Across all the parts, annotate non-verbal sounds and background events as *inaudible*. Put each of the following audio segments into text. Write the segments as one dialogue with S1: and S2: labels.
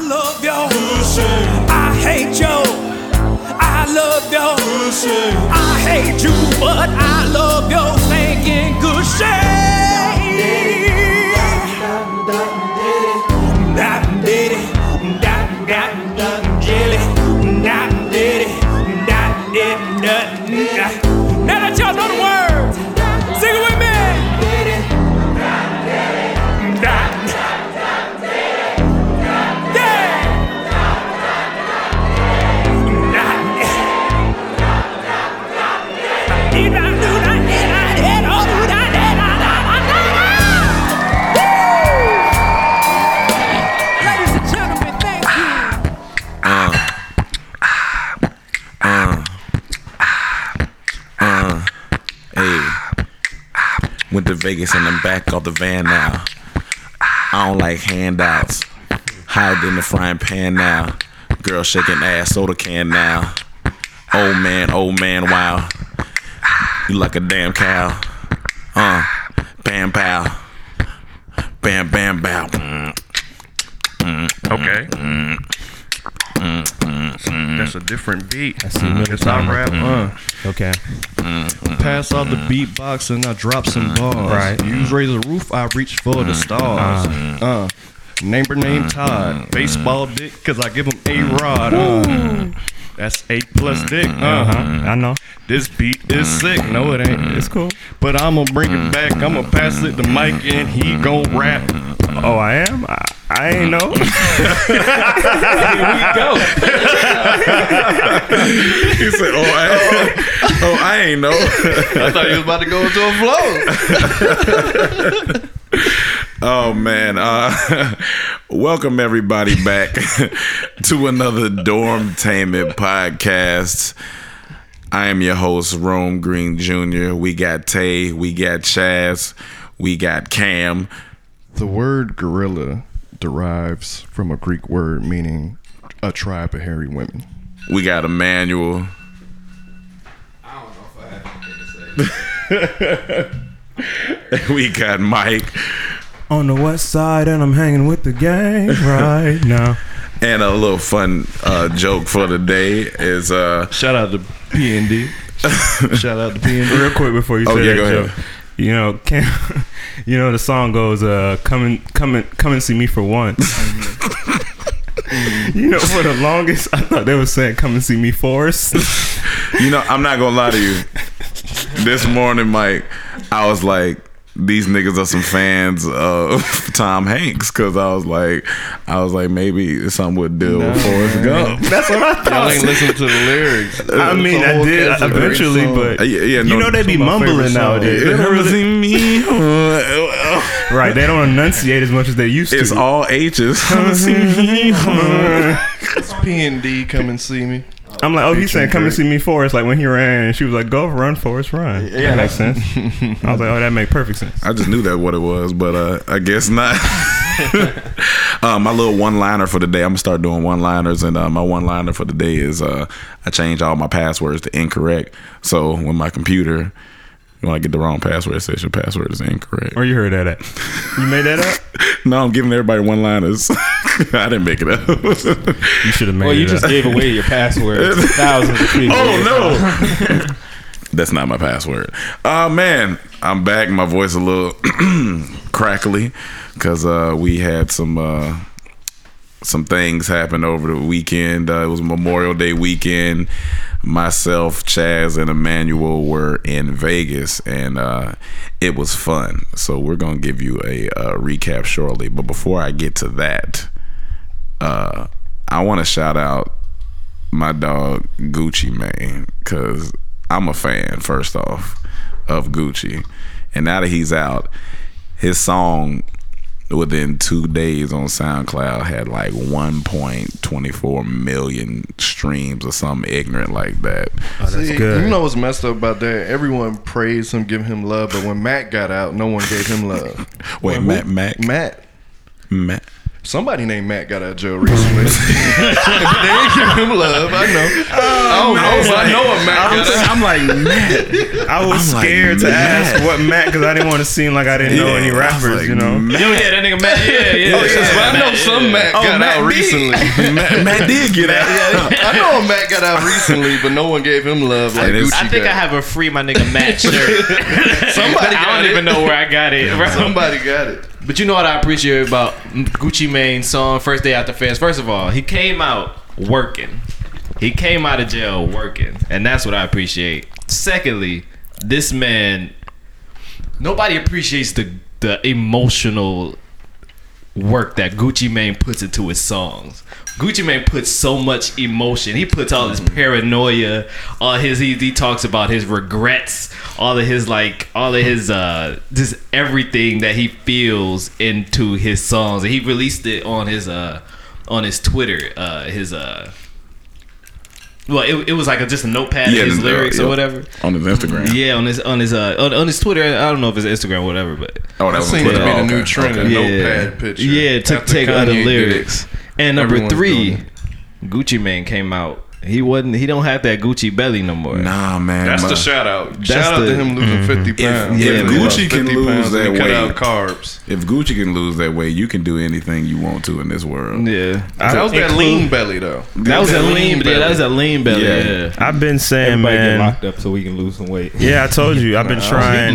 S1: love y'all. I hate y'all. I love y'all. I hate you, but I love your stinking good shade. Not did it, not not not jelly, not did it, not did nothing. Now that y'all know the words, sing it with me. Not yeah. Not did I do not did I did oh do not did I not I not Woo! Ladies and gentlemen, thank you.
S2: Uh, uh, Went to Vegas and I'm back off the van now. I don't like handouts. Hide in the frying pan now. Girl shaking ass soda can now. Old man, old man, wow. You like a damn cow. Uh, bam pow. Bam bam bow. Mm,
S3: Okay.
S4: Mm,
S3: That's a different beat.
S4: I see middle
S3: It's I
S4: time.
S3: rap, uh,
S4: Mm-hmm. Okay.
S3: pass off the beatbox and I drop some bars.
S4: Mm-hmm. Right. Mm-hmm.
S3: You raise the roof, I reach for the stars. Uh, neighbor named
S4: Mm-hmm.
S3: Todd, baseball dick, cause I give him a rod. Uh, that's eight plus dick. Uh,
S4: Mm-hmm. I know. Mm-hmm.
S3: this beat is sick. No, it ain't. It's
S4: Cool.
S3: But I'ma bring
S4: Mm-hmm.
S3: it back. I'ma pass it to Mike and he gon' rap.
S4: Oh, I am. I, I ain't know.
S2: He said, "Oh, I, oh, I ain't know."
S3: I thought he was about to go into a flow.
S2: *laughs* Oh man, uh, welcome everybody back *laughs* to another Dormtainment podcast. I am your host, Rome Green Jr. We got Tay, we got Chaz, we got Cam.
S3: The word gorilla derives from a Greek word meaning a tribe of hairy women.
S2: We got Emmanuel. *laughs* we got Mike
S4: On the west side, and I'm hanging with the *laughs* gang right now.
S2: and a little fun uh, joke for the day is uh
S3: Shout out to P and D. Shout out to P and D.
S4: Real quick before you
S2: Oh,
S4: say
S2: yeah,
S4: that
S2: go ahead.
S4: Joe, You know, can *laughs* you know the song goes, uh, "Come and come and come and see me for once." *laughs* you know, for the longest, I thought they were saying, "Come and see me for us." *laughs*
S2: You know, I'm not gonna lie to you. This morning, Mike, I was like, these niggas are some fans of *laughs* Tom Hanks because I was like, I was like, maybe it's something would deal with Forrest Gump.
S4: That's what I
S3: Y'all ain't
S4: thought.
S3: listening to the lyrics.
S4: I mean,
S3: the
S4: I
S3: whole
S4: did
S3: cast is a great
S4: eventually,
S3: song.
S4: but
S2: Uh, *laughs* yeah, yeah,
S4: you
S2: no,
S4: know they be
S3: some of my favorite
S4: mumbling
S3: songs.
S4: nowadays. They
S2: It
S4: don't really-
S2: wasn't me.
S4: *laughs* Right, they don't enunciate as much as they
S2: *laughs*
S4: used
S2: It's
S4: to.
S2: all H's.
S4: *laughs*
S3: It's P and D. Come and see me.
S4: I'm like, oh, he's saying, come and see me Forrest. Like when he ran, and she was like, go run, Forrest, run. Yeah, that makes sense. I was like, oh, that make perfect sense.
S2: I just knew that what it was, but uh, I guess not. *laughs* uh, my little one liner for the day. I'm gonna start doing one liners, and uh, my one liner for the day is uh, I change all my passwords to incorrect. So when my computer, when I get the wrong password, it says your password is incorrect.
S4: Where you heard that at? You made that up?
S2: No, I'm giving everybody one liners. *laughs* I didn't make it up. *laughs*
S4: You should have made
S5: Well,
S4: it
S5: you just
S4: up.
S5: gave away your password
S3: *laughs*
S5: to thousands of people.
S2: *laughs* oh no, *laughs* that's not my password. Uh man, I'm back. My voice a little *clears throat* crackly because uh, we had some. Uh, some things happened over the weekend. Uh, it was Memorial Day weekend. Myself, Chaz, and Emmanuel were in Vegas, and uh, it was fun. So we're gonna give you a, uh recap shortly. But before I get to that, uh, I want to shout out my dog Gucci Mane because I'm a fan first off of Gucci, and now that he's out, his song within two days on SoundCloud had like 1.24 million streams or something ignorant like that.
S3: See,
S4: good.
S3: You know what's messed up about that? Everyone praised him, give him love, but when Matt got out, no one gave him love.
S2: Wait, Matt, Mac,
S3: Matt.
S2: Mac,
S3: Somebody named Matt got out of jail *laughs* recently. they ain't giving him love. I know.
S5: Oh,
S3: I don't know, but I know a Matt. got out.
S4: I'm like Matt. I
S2: I'm
S4: was
S2: like,
S4: scared to
S2: Matt.
S4: ask what Matt because I didn't want to seem like I didn't know any
S2: Yeah, I was
S4: rappers.
S2: like,
S4: you know,
S5: Yo, yeah, that nigga Matt. Yeah, yeah. Oh,
S3: Oh, yeah, but I know some Matt got
S2: Matt
S3: out
S2: D.
S3: recently.
S2: Matt, Matt did get out.
S3: I know a Matt got out recently, but no one gave him love like
S2: It is-
S3: Gucci
S5: I think I
S3: got.
S5: have a free my nigga Matt
S3: *laughs*
S5: shirt.
S3: Somebody got
S5: I don't
S3: it.
S5: even know where I got it. Right?
S3: Somebody got it.
S5: But you know what I appreciate about Gucci Mane's song First Day After Fans? First of all, he came out working. He came out of jail working. And that's what I appreciate. Secondly, this man nobody appreciates the the emotional work that Gucci Mane puts into his songs. Gucci Mane puts so much emotion. He puts all his
S2: Mm-hmm.
S5: paranoia, all his he, he talks about his regrets, all of his like all of his uh just everything that he feels into his songs. And he released it on his uh on his Twitter, uh his uh well, it, it was like a, just a notepad of
S2: Yeah,
S5: his
S2: the- uh,
S5: lyrics
S2: yeah.
S5: or whatever.
S2: *laughs* On his Instagram.
S5: Yeah, on his on his uh on, on his Twitter. I don't know if it's Instagram or whatever, but
S2: Oh, that
S3: That
S2: was
S3: seems to be
S2: Twitter.
S3: the
S2: Oh,
S3: new
S2: okay,
S3: trend.
S2: okay.
S3: A
S5: Yeah.
S3: notepad picture.
S5: yeah, to
S3: After
S5: take other
S3: Kanye did
S5: lyrics.
S3: it.
S5: And number
S3: Everyone's
S5: three,
S3: doing
S5: Gucci Man came out. He wasn't. He don't have that Gucci belly no more.
S2: Nah, man.
S3: That's
S2: my-
S3: the shout out.
S5: That's
S3: shout out
S5: the-
S3: to him losing 50 pounds.
S2: yeah,
S3: Literally
S2: Gucci
S3: lost
S2: can
S3: 50
S2: lose
S3: pounds and
S2: that
S3: he Cut
S2: weight.
S3: out carbs.
S2: If Gucci can lose that way, you can do anything you want to in this world.
S5: Yeah,
S3: That was that
S4: include-
S3: lean belly though.
S5: that was a lean. Yeah, that was a lean belly.
S2: Yeah.
S5: Yeah.
S4: I've been saying,
S5: Everybody
S4: man.
S5: locked up so we can lose some weight.
S4: Yeah, I told you. I've been trying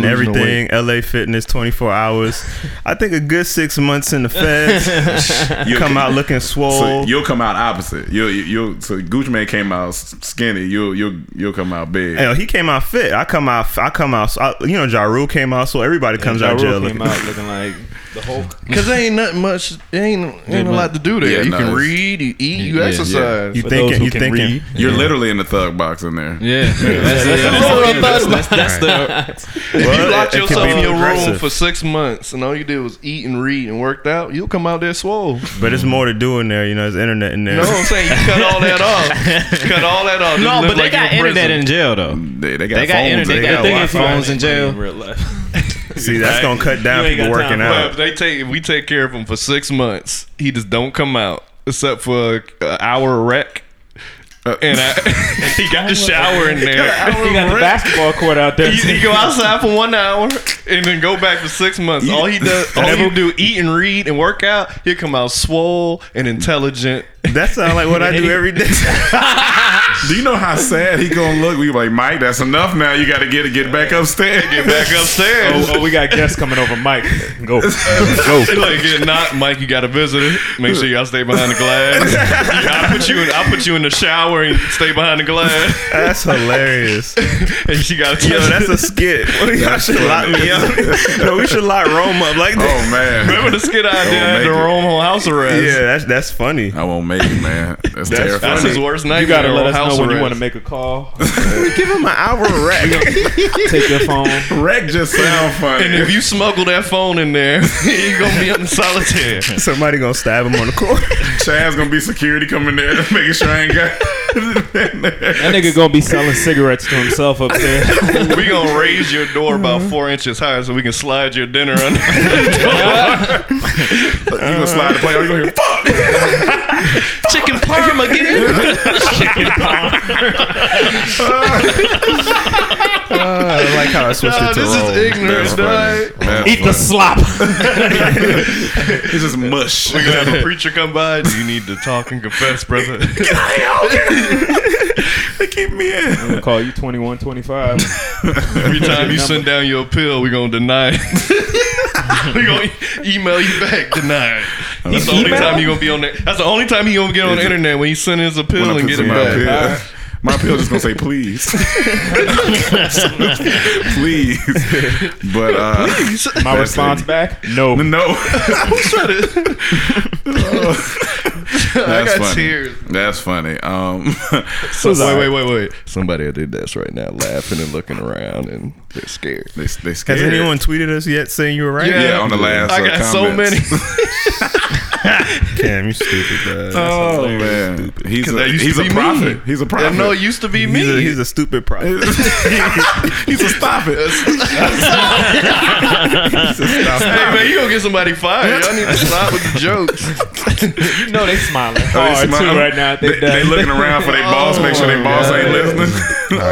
S3: losing no
S4: everything. LA Fitness, 24 hours. I think a good six months in the feds. you come out looking
S2: So
S4: swole.
S2: you'll come out opposite. You'll you'll so Gucci Man came out s- skinny. You'll you'll you'll come out big.
S4: Hell, he came out fit. I come out. I come out. I, you know, Ja Rule came out, so everybody comes out jail.
S5: Jaru
S4: looking-
S5: came out looking like the Hulk.
S3: *laughs* Cause there ain't nothing much. There ain't ain't a lot to do there.
S2: Yeah,
S3: you
S2: no,
S3: can
S2: it's-
S3: read, you eat, you
S5: Yeah,
S3: exercise.
S4: You
S5: For those
S4: thinking?
S5: who
S4: You
S5: can
S4: thinking?
S6: *laughs*
S5: read.
S2: You're literally in the thug box in there.
S5: Yeah, that's, that's, that's, that's the
S3: If you
S4: Well,
S3: locked
S4: it- it can
S3: yourself
S4: be
S3: in your room
S4: progressive.
S3: for six months and all you did was eat and read and worked out, you'll come out there swole.
S4: But it's more to do in there. You know, there's internet in there.
S3: You know what I'm saying? You cut all that
S5: *laughs*
S3: off. cut all that off. Just
S5: no.
S3: look
S5: But they
S3: like you
S5: got
S3: in
S5: internet
S3: prison.
S5: in jail though.
S2: They, they got
S5: They got
S2: phones.
S5: internet. They got,
S4: got Wi-Fi.
S5: phones in jail.
S6: real life.
S4: See, that's gonna cut down
S6: You ain't
S4: people
S6: got time
S4: working
S6: for
S3: Well, if
S4: out.
S3: they take if we take care of him for six months, he just don't come out except for an hour wreck. and I, he *laughs* got the shower in there.
S6: You got the basketball court out there.
S3: He, he go outside for one hour and then go back for six months. All he does, all he do, eat and read and work out. He'll come out swole and intelligent.
S4: That sounds like what I do
S6: *laughs*
S4: every day.
S2: Do you know how sad he gonna look? We like Mike. That's enough. Now you got to get get back upstairs.
S3: Get back upstairs.
S6: Oh, oh, we got guests coming over. Mike, go, go.
S3: He *laughs* like get knocked, Mike. You got a visitor. Make sure y'all stay behind the glass. I put you in. I put you in the shower and stay behind the glass. *laughs*
S4: That's hilarious.
S3: And you got to
S4: Yo, that's a
S3: *laughs*
S4: skit.
S6: *laughs*
S4: Y'all should lock me up. *laughs* No, we should lock Rome up like
S2: *laughs*
S4: that.
S2: Oh man,
S3: Remember the skit I did
S2: make
S3: after
S2: it.
S3: Rome on house
S6: Oh,
S3: arrest?
S4: Yeah, that's that's funny.
S2: I won't make it, man. That's, terrifying.
S3: That's his worst nightmare.
S6: You gotta let us
S3: house
S6: know when you
S3: arrest.
S6: want to make a call.
S4: Give him an hour of rest.
S6: *laughs* Take your phone.
S2: Wreck just sound funny.
S3: And if you smuggle that phone in there, *laughs* you gonna
S4: *laughs*
S3: be up in solitaire.
S4: Somebody gonna stab him on the court.
S2: Chad's gonna be security coming there, *laughs* making sure I ain't
S3: *laughs*
S2: got.
S6: That nigga gonna be selling cigarettes to himself
S4: *laughs*
S6: up there.
S3: We gonna raise your door about
S4: Mm-hmm.
S3: four inches higher so we can slide your dinner under.
S2: you gonna slide the play? Or you gonna hear? Fuck.
S5: Chicken parm again.
S4: I like how I switched
S3: Nah,
S4: it
S3: *laughs*
S4: to
S3: this
S4: Rome.
S3: is ignorant, dog.
S2: Eat
S6: the slop.
S3: *laughs*
S2: It's just mush.
S3: We're gonna have a preacher come by. Do you need to talk and
S2: *laughs*
S3: confess, brother? *laughs*
S2: they keep me in.
S6: We'll call you twenty one twenty five.
S3: Every time you send down your pill, we're gonna deny it. we're gonna e-, email you back, deny it. That's the only time you gonna be on there. That's the only time he gonna get on the internet when he send us a
S2: When
S3: pill
S2: I
S3: and
S2: piss
S3: get it
S2: in
S3: back.
S2: my pill. My pill just gonna say please, please. But uh,
S6: My response back? No.
S2: no.
S3: *laughs* I
S2: That's
S3: got
S2: funny.
S3: tears.
S2: That's funny. Um, *laughs*
S3: wait, wait, wait, wait. Somebody at their desk right now laughing and looking around and they're scared.
S2: they, they
S4: Has
S2: scared.
S4: anyone tweeted us yet saying you were right?
S2: Yeah, on the last.
S3: I
S2: *laughs* uh,
S3: got so
S2: comments.
S3: many.
S4: Damn, you stupid, bud.
S2: Oh man, he's
S3: 'Cause
S2: a
S3: that used to
S2: he's a
S3: be me.
S2: prophet. He's a
S3: I
S2: prophet.
S3: know it used to be me.
S4: he's, a, he's a stupid prophet.
S2: he's a stop it.
S3: hey man, you gonna get somebody fired. Y'all need to stop with the jokes.
S6: You know they smiling
S2: They
S6: hard
S2: smiling.
S6: too right now. They, Oh
S2: They, they looking around
S6: *laughs*
S2: for their boss, make sure their boss ain't listening.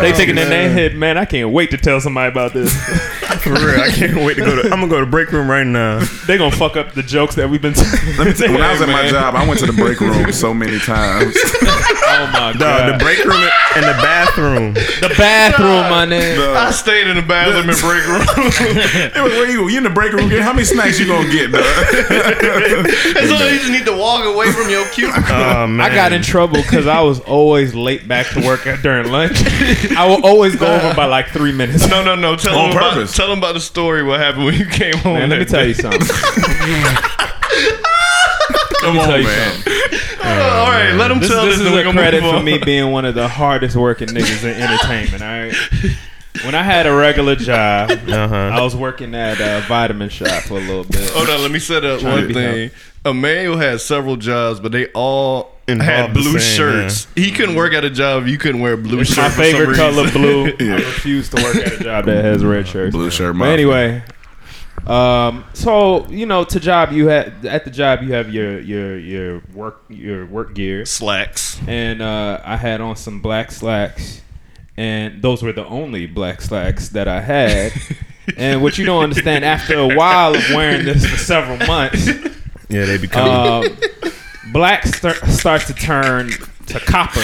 S6: they thinking in their head, man. I can't wait to tell somebody about this.
S4: *laughs*
S2: *laughs*
S4: For real, I can't wait to go to. I'm gonna go to break room right now.
S6: they gonna fuck up the jokes that we've been.
S2: Let me tell you, *laughs* when I was
S6: Hey,
S2: at my
S6: man.
S2: job, I went to the break room so
S6: *laughs*
S2: many times. Uh,
S6: oh my
S4: Dog, the
S6: god,
S4: break room and the *laughs* bathroom.
S6: the, bathroom, my nigga.
S3: *laughs* I stayed in the bathroom *laughs* and break room.
S2: It was where you you in the break room. How many snacks you gonna
S6: *laughs*
S2: get, dog?
S3: And so you just need to walk away from your cubicle.
S4: Oh man,
S6: I got in trouble because I was always late back to work during lunch. I will always go over by like three minutes.
S3: No, no, no. Tell
S2: On
S3: them about,
S2: purpose.
S3: tell them about the story. What happened when you came home?
S6: Man, let me
S3: that
S6: tell
S3: day.
S6: you
S2: *laughs*
S6: something.
S2: Come on,
S6: tell you
S2: man.
S3: *laughs* Oh, all right, let them
S6: This,
S3: tell
S6: this
S3: this.
S6: is
S3: then we
S6: a
S3: gonna
S6: credit
S3: move
S6: for
S3: on.
S6: me being one of the hardest working niggas in entertainment. All right. When I had a regular
S2: *laughs*
S6: job,
S4: Uh-huh.
S6: I was working at a vitamin shop for a little bit.
S3: *laughs*
S2: Oh,
S3: Hold on, let me set up
S6: Trying to
S3: one
S6: be
S3: thing. Emmanuel had several jobs, but they all had
S4: Involved the
S3: blue
S4: same,
S3: shirts. He couldn't work at a job. You couldn't wear a blue
S6: It's
S3: shirt.
S6: my
S3: for some
S6: favorite color,
S3: reason.
S6: blue. I refuse to work at a job that has red shirts.
S2: Blue shirt.
S6: But
S2: mafia.
S6: anyway, um, so you know, to job you had at the job you have your your your work your work gear,
S3: *laughs* Slacks.
S6: and uh, I had on some black slacks, and those were the only black slacks that I
S3: *laughs*
S6: had. and what you don't understand, after a while of wearing this for several months,
S4: Yeah, they become.
S6: um, black star- starts to turn to copper.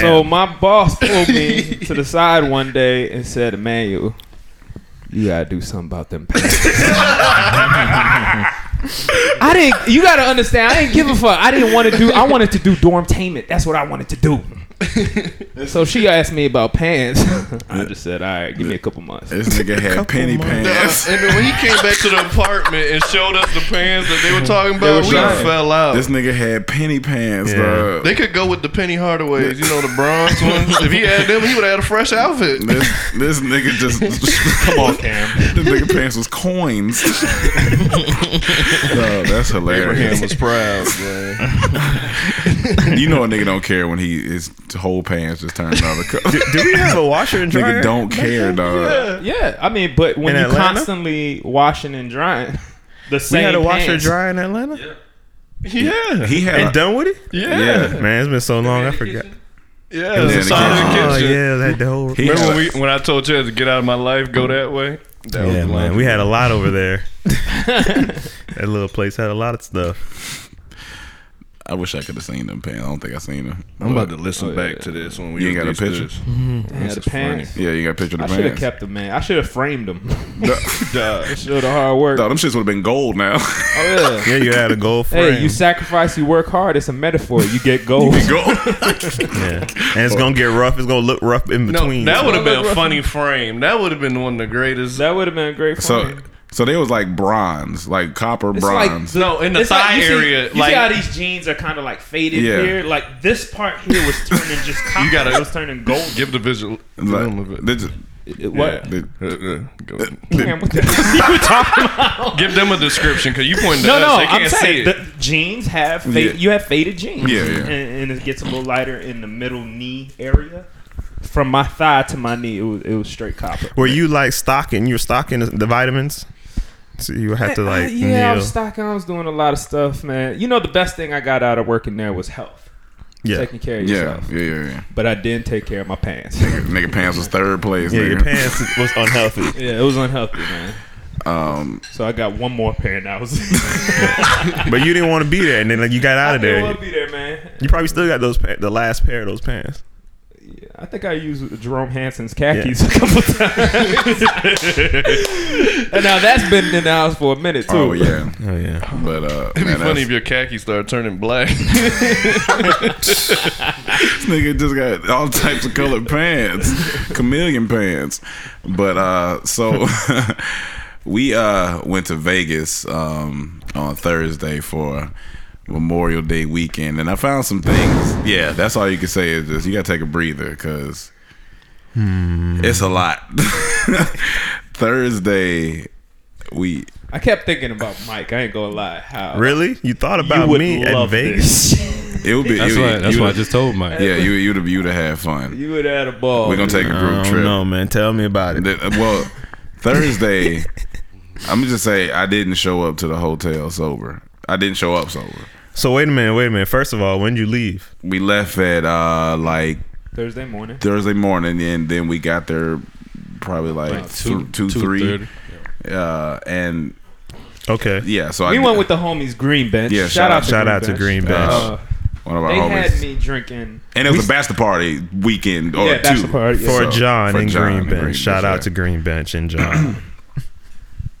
S6: So my boss pulled me to the side one day and said, "Emmanuel, you gotta do something about them pants." I didn't. You gotta understand. I didn't give a fuck. I didn't want to do. I wanted to do dormtainment. That's what I wanted to do. So she asked me about pants. I just said, "All right, give me a couple months."
S2: this nigga had penny
S3: *laughs*
S2: pants.
S3: And then when he came back to the apartment and showed us the pants that they were talking about,
S2: were
S3: we
S2: shining.
S3: fell out.
S2: This nigga had penny pants,
S4: Yeah.
S2: dog.
S3: They could go with the Penny Hardaways, you know, the bronze ones. If he had them, he would have had a fresh outfit.
S2: *laughs* This this nigga
S3: *laughs*
S2: just come on, Cam. This nigga pants was coins. Dog, that's hilarious.
S3: Abraham was proud, man.
S2: You know a nigga don't care when he his whole pants just turn another
S3: *laughs*
S2: color.
S4: Do we have a washer and dryer?
S2: *laughs* nigga don't care, dog.
S6: Yeah, I mean, but when
S4: In
S6: you
S4: Atlanta?
S6: constantly washing and drying, the
S4: We
S6: same
S4: had a washer and
S6: pants-
S4: dryer in Atlanta.
S3: Yeah.
S2: He had
S4: And
S2: a,
S4: Dunwoody?
S3: Yeah.
S2: yeah.
S4: Man, it's been so long. I forgot.
S3: Yeah. It was
S2: in the
S3: inside the kitchen.
S4: Oh yeah, that the whole.
S2: He
S3: Remember
S2: had
S3: when,
S2: a,
S3: we, when I told you to get out of my life, go that way? That
S4: Yeah,
S3: the
S4: man, we had a lot over *laughs* there. that little place had a lot of stuff.
S2: I wish I could have seen them pants. I don't think I seen them. oh,
S3: I'm about to listen back to this when we
S2: You ain't got a
S3: release
S2: picture?
S6: Yeah, the pants.
S2: Yeah, you got a picture
S6: I
S2: of the
S6: should have
S2: pants. *laughs*
S6: kept them, man. I should have framed them. *laughs*
S3: this. Duh.
S6: Show the hard work.
S2: Dog, them shits would have been gold now. *laughs*
S6: Oh, yeah.
S4: Yeah, you had a gold frame.
S6: Hey, you sacrifice, you work hard. It's a metaphor. You get gold.
S2: gold.
S3: *laughs*
S4: yeah. and it's gonna get rough. It's gonna look rough in
S3: No,
S4: between.
S3: that would have been a
S6: Rough.
S3: funny frame. That would have been one of the greatest.
S6: Oh, that would have been a great.
S2: So,
S6: So,
S2: so they was like bronze, like copper
S6: it's like
S2: bronze.
S6: the-
S3: No, in the
S6: it's
S3: thigh
S6: you see-
S3: area,
S6: you
S3: like-
S6: see how these jeans are kind of like faded
S2: Yeah.
S6: here. Like this part here was turning just
S3: *laughs*
S6: copper.
S3: gotta-
S6: it was turning gold.
S3: Give the visual.
S2: Like, they just-
S6: What?
S2: *laughs* they-
S3: Uh, uh, go.
S6: Damn, what the *laughs* you talking about?
S3: Give them a description because you pointed
S6: No,
S3: to
S6: no,
S3: us. They can't
S6: I'm
S3: see
S6: saying
S3: it.
S6: the jeans have fa-
S2: Yeah.
S6: you have faded jeans.
S2: Yeah, yeah.
S6: And, and it gets a little lighter in the middle knee area. From my thigh to my knee, it was, it was straight copper.
S4: Were you like stocking? You were stocking the vitamins, so you had to
S6: Uh,
S4: like
S6: yeah, I
S4: kneel.
S6: was stocking. I was doing a lot of stuff, man. You know, the best thing I got out of working there was health,
S4: yeah.
S6: taking care of
S2: yeah,
S6: yourself.
S2: yeah, yeah, yeah.
S6: But I didn't take care of my pants. *laughs*
S2: Nigga pants was third place.
S4: yeah,
S2: nigga.
S4: your pants was unhealthy.
S6: *laughs* yeah, it was unhealthy, man.
S2: Um,
S6: So I got one more pair now. *laughs*
S4: but you didn't want to be there, and then like you got out
S6: I
S4: of
S6: didn't
S4: there.
S6: want to be there, man.
S4: You probably still got those pa- the last pair of those pants.
S6: Yeah, I think I used Jerome Hansen's khakis a couple times. *laughs*
S4: Oh,
S6: and now that's been in the house for a minute too.
S2: oh yeah,
S6: *laughs*
S4: Oh yeah,
S2: but uh,
S3: It'd be
S2: man, that's-
S3: funny if your khaki started turning black. *laughs*
S2: This nigga just got all types of colored pants, chameleon pants. But uh, so *laughs* we uh went to Vegas um on Thursday for Memorial Day weekend, and I found some things. Yeah, that's all you can say is just you gotta take a breather because
S7: Hmm.
S2: *laughs* it's a lot. Thursday we
S6: I kept thinking about Mike. I ain't gonna lie. How
S4: Really? You thought
S6: you
S4: about
S6: would
S4: me at
S6: love
S4: Vegas?
S6: this.
S2: It would be.
S7: That's
S2: it would-
S7: why. That's
S2: you
S7: why I
S2: would-
S7: just told Mike.
S2: Yeah, you you'd have- you'd have had
S6: *laughs*
S2: fun.
S6: You would have had a ball.
S2: We're gonna take a
S7: I
S2: group
S7: don't
S2: trip.
S7: know, man. Tell me about it.
S2: That- uh, well, Thursday, I'm gonna just say I didn't show up to the hotel sober. I didn't show up sober.
S4: So wait a minute, wait a minute. First of all, when would you leave?
S2: We left at uh like
S6: Thursday morning.
S2: Thursday morning, and then we got there probably like,
S7: two-
S2: two, two,
S7: two
S2: three.
S7: thirty.
S2: Uh, and
S4: Okay.
S2: yeah, so
S6: We
S2: I
S6: went with the homies Green Bench.
S2: Yeah,
S6: shout,
S2: shout
S6: out,
S2: out-
S6: to
S4: Shout
S6: Green
S4: out to
S6: Bench.
S4: Green Bench.
S6: Uh,
S2: one of our
S6: they had
S2: homies,
S6: me drinking.
S2: and it was a bachelor party weekend or
S6: Yeah,
S2: two.
S6: bachelor party, yeah.
S4: for
S2: So,
S4: John
S2: for
S4: and
S2: John
S4: Green
S2: and
S4: Bench.
S2: Green
S4: Shout
S2: Bench,
S4: out
S2: yeah.
S4: to Green Bench and John.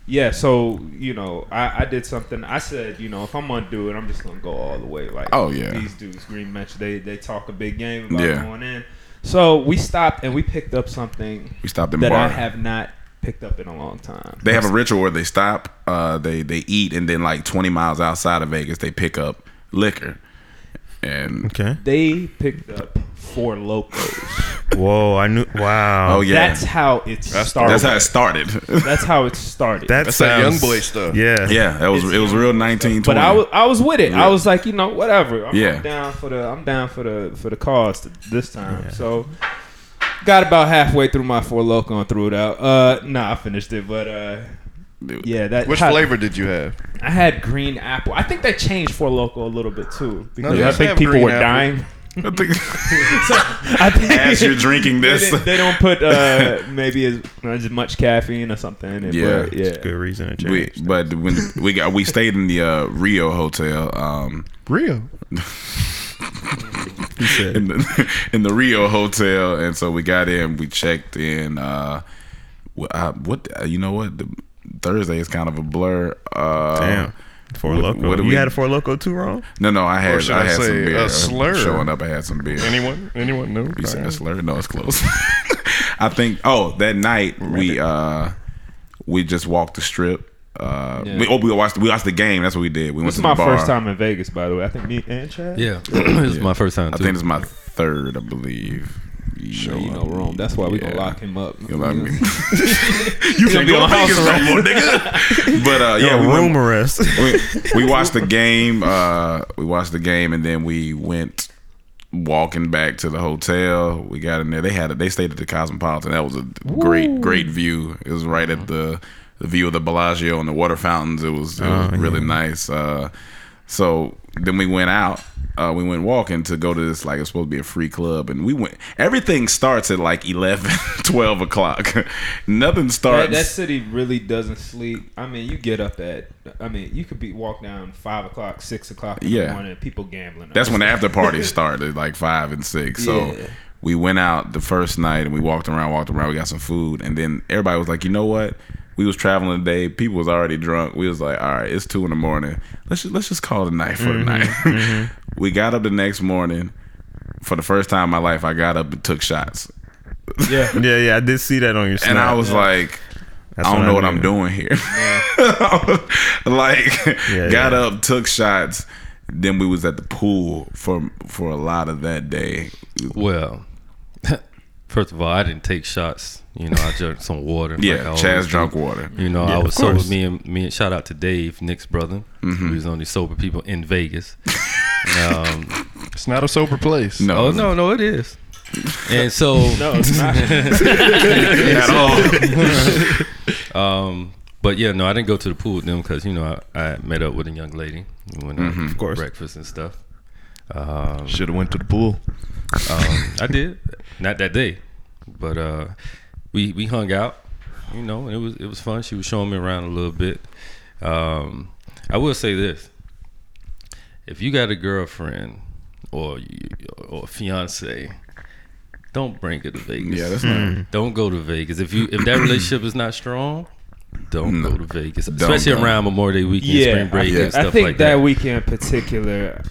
S6: Yeah, so you know, I, I did something. I said, you know, if I'm gonna do it, I'm just gonna go all the way. Like,
S2: Oh, yeah.
S6: these dudes, Green Bench, they they talk a big game about
S2: Yeah.
S6: going in. So we stopped and we picked up something
S2: We stopped in
S6: that I
S2: bar.
S6: have not picked up in a long time.
S2: They have a ritual where they stop, uh, they they eat, and then like 20 miles outside of Vegas, they pick up liquor. And
S4: okay.
S6: They picked up four locos.
S4: Whoa, I knew. Wow.
S2: oh yeah,
S6: That's how it started. That's
S2: That's how
S6: how,
S2: it started. *laughs*
S6: it started.
S4: that
S7: That's that
S4: sounds.
S7: young boy stuff.
S4: Yeah.
S2: yeah, that was it was real 1920.
S6: but I was I was with it. I was like, you know, whatever. I'm,
S2: Yeah.
S6: I'm down for the I'm down for the for the cause th- this time. So got about halfway through my four loco and threw it out. Uh, nah, I finished it, but uh,
S2: Dude.
S6: yeah, that
S7: Which
S6: I-
S7: flavor did you have?
S6: I had green apple. I think they changed four loco a little bit too because
S7: they
S6: I
S7: have
S6: think people
S7: green
S6: were
S7: apple.
S6: dying.
S2: I think-
S6: So, *laughs* I think
S2: *laughs* As you're
S6: *laughs*
S2: drinking
S6: they,
S2: this,
S6: didn't- they don't put uh, maybe as, as much caffeine or something. in it,
S2: Yeah.
S6: but,
S4: It's a
S6: yeah.
S4: good reason
S2: *laughs*
S4: to
S2: we,
S4: change.
S2: but when we got we stayed in the uh, Rio hotel. Um,
S7: Real.
S2: in the, *laughs* in the Rio hotel, and so we got in, we checked in. Uh, wh- I, what uh, you know what the, Thursday is kind of a blur. Uh,
S4: Damn. Four
S2: what-
S4: loco.
S2: what do
S4: you
S2: we-
S4: had a four loco too, wrong?
S2: No, no, I had
S7: Or should
S2: I
S7: I
S2: had some
S7: say
S2: beer.
S7: a slur?
S2: Showing up, I had some beer.
S3: Anyone? Anyone know?
S2: You said a slur? No, it's close. *laughs* I think. Oh, that night we uh we just walked the strip. Uh,
S6: Yeah.
S2: we, oh, we watched we watched the game. That's what we did. We went
S6: This
S2: to
S6: is
S2: the
S6: my
S2: bar.
S6: first time in Vegas, by the way. I think me and Chad.
S7: Yeah. this is my first time.
S2: I
S7: too.
S2: think it's my third, I believe. Show
S6: You know, Rome. That's why we gonna lock him up.
S2: You know what I mean? you *laughs* can't go
S6: on
S2: to
S6: house
S2: Vegas no more, nigga. But uh, yeah,
S4: Yeah,
S2: we went-
S4: room arrest.
S2: *laughs* we, we watched the game. Uh, we watched the game, and then we went walking back to the hotel. We got in there. They had a, they stayed at the Cosmopolitan. That was a great great view. It was right at the the view of the Bellagio and the water fountains. It was, it was really nice. Uh, so then we went out. Uh, we went walking to go to this like it's supposed to be a free club and we went everything starts at like 11 *laughs* 12 o'clock *laughs* nothing starts
S6: That, that city really doesn't sleep. I mean, you get up at. I mean, you could be walk down five o'clock, six o'clock in the
S2: Yeah.
S6: morning. People gambling.
S2: That's when the after parties started, like five and six. So
S6: Yeah.
S2: we went out the first night and we walked around, walked around, we got some food, and then everybody was like, you know what? We was traveling today. People was already drunk. We was like, all right, it's two in the morning. Let's just, let's just call it a night for
S4: Mm-hmm.
S2: the night. *laughs* we got up the next morning. For the first time in my life, I got up and took shots,
S4: *laughs* yeah, yeah. I did see that on your. Snap.
S2: and I was like.
S4: That's
S2: I don't
S4: what
S2: know
S4: I
S2: what I'm
S4: knew.
S2: doing here. *laughs* like,
S4: Yeah,
S2: got
S4: yeah.
S2: up, took shots. Then we was at the pool for for a lot of that day.
S7: Well, *laughs* first of all, I didn't take shots. You know, I drank some water. like oh, I
S2: Yeah,
S7: always
S2: Chaz
S7: do.
S2: drunk water.
S7: You know, I
S4: of
S7: was sober.
S4: course.
S7: Me and me and shout out to Dave, Nick's brother. We was the only sober people in Vegas. um,
S3: It's not a sober place.
S2: No,
S7: oh no, no, it is. And so
S6: *laughs* no, it's not.
S7: *laughs*
S2: at all.
S7: *laughs* Um, but yeah, no, I didn't go to the pool with them because you know I, I met up with a young lady. We went out for
S4: course.
S7: breakfast and stuff. Um,
S3: Should have went to the pool.
S7: um, I did not that day, but uh, we we hung out. You know, and it was it was fun. She was showing me around a little bit. Um, I will say this: if you got a girlfriend or you, or a fiance, don't bring her to Vegas.
S2: Yeah, that's not.
S7: Don't go to Vegas if you if that relationship is not strong. Don't go to Vegas, especially
S2: go.
S7: around Memorial Day weekend,
S6: yeah,
S7: spring
S6: I,
S7: break, and
S6: think- I
S7: stuff
S6: think
S7: like
S6: that,
S7: that.
S6: weekend in particular,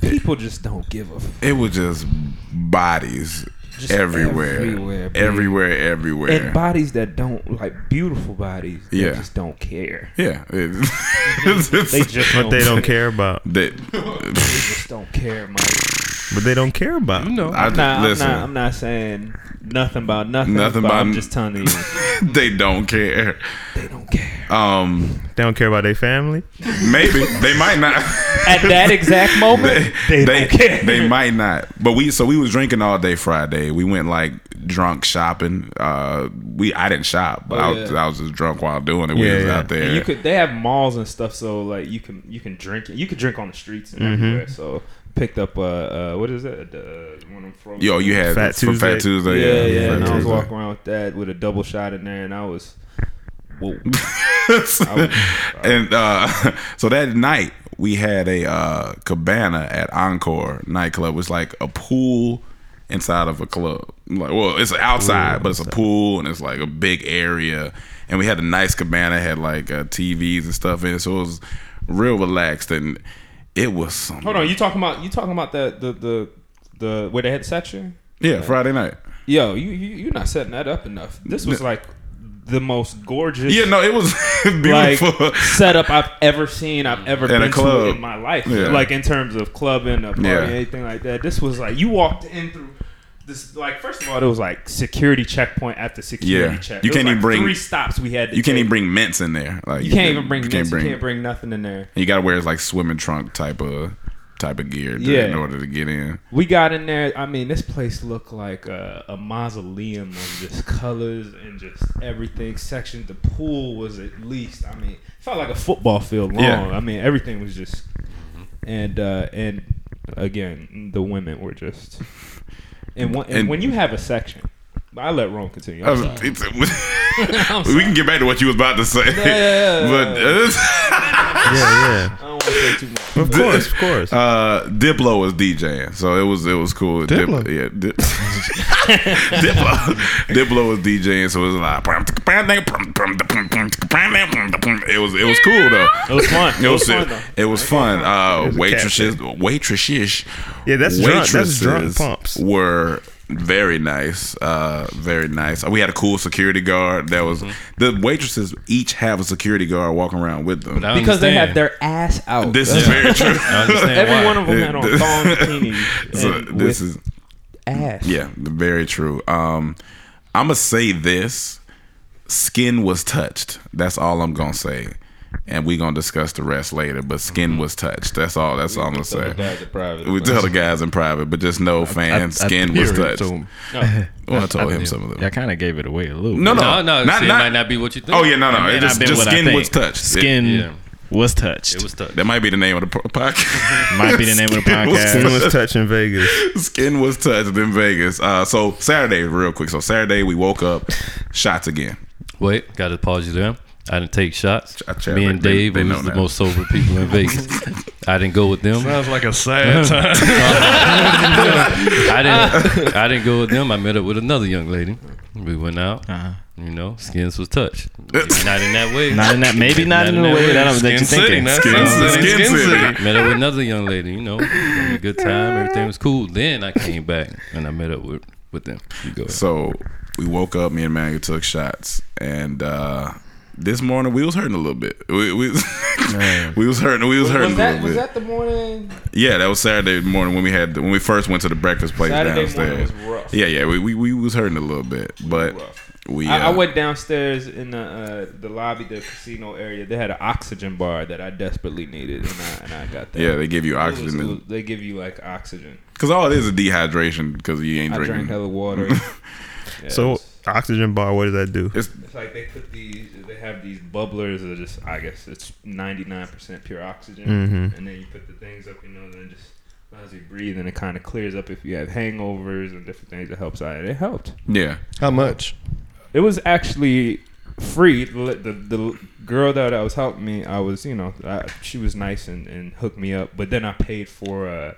S6: people just don't give a. F-
S2: It was just bodies
S6: Just
S2: everywhere,
S6: everywhere,
S2: everywhere,
S6: baby.
S2: everywhere,
S6: and bodies that don't like beautiful bodies. They
S2: Yeah.
S6: just don't care.
S2: yeah, *laughs* it- it's, it's,
S6: They just
S4: but
S6: don't,
S4: they
S6: they
S2: *laughs*
S4: don't care about.
S2: that.
S6: just don't care, Mike.
S4: But they don't care about.
S7: you know,
S2: I
S6: *laughs*
S2: just,
S6: Nah,
S2: listen,
S6: I'm not. I'm
S2: *laughs*
S6: not saying nothing about nothing.
S2: Nothing
S6: but
S2: about
S6: I'm
S2: n-
S6: just telling you,
S2: they don't care.
S6: they don't care.
S2: Um,
S4: They don't care about their family.
S2: maybe they might not.
S6: At that exact moment,
S2: they
S4: don't care.
S2: they might not. But we so we was drinking all day Friday. We went like drunk shopping. Uh, we I didn't shop, but I, was, I was just drunk while doing it. We
S4: Yeah,
S2: was
S4: yeah.
S2: out there.
S6: Oh, and you could. They have malls and stuff, so like you can you can drink it. You can drink on the streets and everywhere. So picked up uh, uh what is that? The one I'm from.
S2: Yo, you had
S4: Fat
S2: for Fat
S4: Tuesday.
S2: Tuesday.
S6: yeah, yeah.
S2: Fat
S6: and I was
S2: Tuesday.
S6: walking around with that with a double shot in there, and I was. Whoa.
S2: *laughs* and uh, *laughs* so that night we had a uh, cabana at Encore nightclub. It was like a pool inside of a club. Like, well, it's outside, but it's a pool and it's like a big area. And we had a nice cabana, had like uh, TVs and stuff in it, so it was real relaxed and it was some.
S6: Hold on, you talking about you talking about the the the, the where they had the section?
S2: yeah, Friday night.
S6: Yo, you, you you're not setting that up enough. This was like the most gorgeous
S2: Yeah, no, it was *laughs*
S6: like
S2: beautiful.
S6: setup I've ever seen, I've ever
S2: a
S6: been
S2: club.
S6: to in my life.
S2: Yeah.
S6: Like in terms of clubbing, a party,
S2: Yeah.
S6: anything like that. This was like you walked in through this. Like first of all, there was like security checkpoint after security
S2: Yeah.
S6: check. It
S2: You
S6: was
S2: can't
S6: like
S2: even bring-
S6: three stops. We had to
S2: you can't
S6: take.
S2: even bring mints in there. Like
S6: You can't even bring.
S2: you
S6: mints,
S2: can't
S6: You
S2: bring
S6: can't bring nothing in there.
S2: You gotta wear like swimming trunk type of type of gear to-
S6: Yeah.
S2: in order to get in.
S6: We got in there. I mean, this place looked like a, a mausoleum of just colors and just everything. Sectioned. The pool was at least. I mean, felt like a football field long.
S2: Yeah. Mm-hmm.
S6: I mean, everything was just. And uh, and again, the women were just. And, one, and,
S2: And- Oh.
S6: when you have a section, I let Rome continue.
S2: I
S6: I'm
S2: was-
S6: sorry. *laughs*
S2: *laughs* it's- we can get back to what you was about to say, uh,
S6: yeah,
S2: *laughs*
S4: Yeah,
S6: I don't want to say too much.
S4: yeah. Of course, of course.
S2: but uh, uh, Diplo was DJing, so it was it was cool. Dip-
S4: Diplo?
S2: yeah, Dip- *laughs* Diplo, Diplo was DJing, so it was like it was it was cool though.
S6: It was fun.
S2: It was
S6: fun.
S2: it,
S6: though.
S2: was fun. Uh,
S4: a cat
S2: waitresses, waitresses,
S4: Yeah, that's drunk- that's drunk pumps.
S2: were very nice. Uh, very nice. We had a cool security guard. That was the waitresses each have a security guard walking around with them.
S7: I
S6: Because they
S7: understand.
S6: had their ass out.
S2: This is very true.
S7: *laughs* I understand
S6: Every
S2: *laughs*
S7: why.
S6: one of them had on
S2: This-
S6: thong bikinis.
S2: so
S6: and
S2: this
S6: with
S2: is
S6: ass.
S2: yeah, very true. Um, I'm gonna say this: skin was touched. That's all I'm gonna say, and we gonna discuss the rest later. But skin was touched. That's all. That's all I'm gonna say. We tell the guys in private, but just know fans, skin was touched. Well, I told him some of them.
S5: I kind of gave it away a little.
S2: No,
S5: bit.
S2: no,
S7: No, no,
S2: not-
S7: see, it
S2: not-
S7: might not be what you think.
S2: Oh yeah, no, no.
S5: It may
S2: It just,
S5: not been
S2: just
S5: what I
S2: skin
S5: think.
S2: was touched. It-
S5: Skin
S7: Yeah.
S5: was touched.
S7: It was tough.
S2: that might be the name of the po- podcast.
S5: Might be
S2: *laughs*
S5: the name of the
S2: Skin was
S5: podcast.
S4: Skin was touching Vegas.
S2: Skin was touched in Vegas. Uh, so Saturday, real quick. So Saturday, we woke up, shots again.
S7: Wait, got to apologize to them. I didn't take shots.
S2: I checked,
S7: Me
S2: like,
S7: and
S2: they-
S7: Dave
S2: they know
S7: was the
S2: now.
S7: most sober
S2: *laughs*
S7: people in Vegas. I didn't go with
S5: *laughs*
S7: them.
S3: Sounds like a sad time.
S7: I didn't. I didn't go with them. I met up with another young lady. We went out.
S5: Uh-huh.
S7: You know, skins was touched. Not in that way.
S5: Not in that. Maybe not, in the way that, I'm- that you're
S3: Skin City,
S5: thinking.
S3: man.
S2: Skin City.
S3: Skin
S2: Skin City.
S3: City.
S7: *laughs* met up with another young lady. You know, had a good time. Everything was cool. Then I came back and I met up with with them. You go. ahead.
S2: So we woke up. Me and Maggie took shots, and uh, this morning we was hurting a little bit. We we, *laughs* we was hurting. We
S6: Was
S2: was hurting a little
S6: that, was
S2: bit.
S6: that the morning?
S2: Yeah, that was Saturday morning when we had when we first went to the breakfast place
S6: Saturday
S2: downstairs.
S6: morning was rough.
S2: Yeah, yeah, we, we, we was hurting a little bit, but
S6: rough.
S2: we.
S6: I, I
S2: uh,
S6: went downstairs in the uh, the lobby, the casino area. They had an oxygen bar that I desperately needed, and I, and I got that.
S2: Yeah, they give you
S6: It was- it was-
S2: oxygen
S6: they give you like oxygen.
S2: because all it is is dehydration because you ain't
S6: I drank
S2: drinking.
S6: hella *laughs* water. Yeah,
S4: So
S6: it's,
S4: oxygen bar, what does that do?
S2: it's
S6: it's like they put these. They have these bubblers that are just. I guess it's ninety nine percent pure oxygen, and then you put the things up your nose and it just allows you to breathe, and it kind of clears up if you have hangovers and different things that helps out. It helped.
S2: yeah.
S3: How much?
S6: It was actually free. The, the, the girl that, that was helping me, I was, you know, I, she was nice and, and hooked me up. But then I paid for, uh,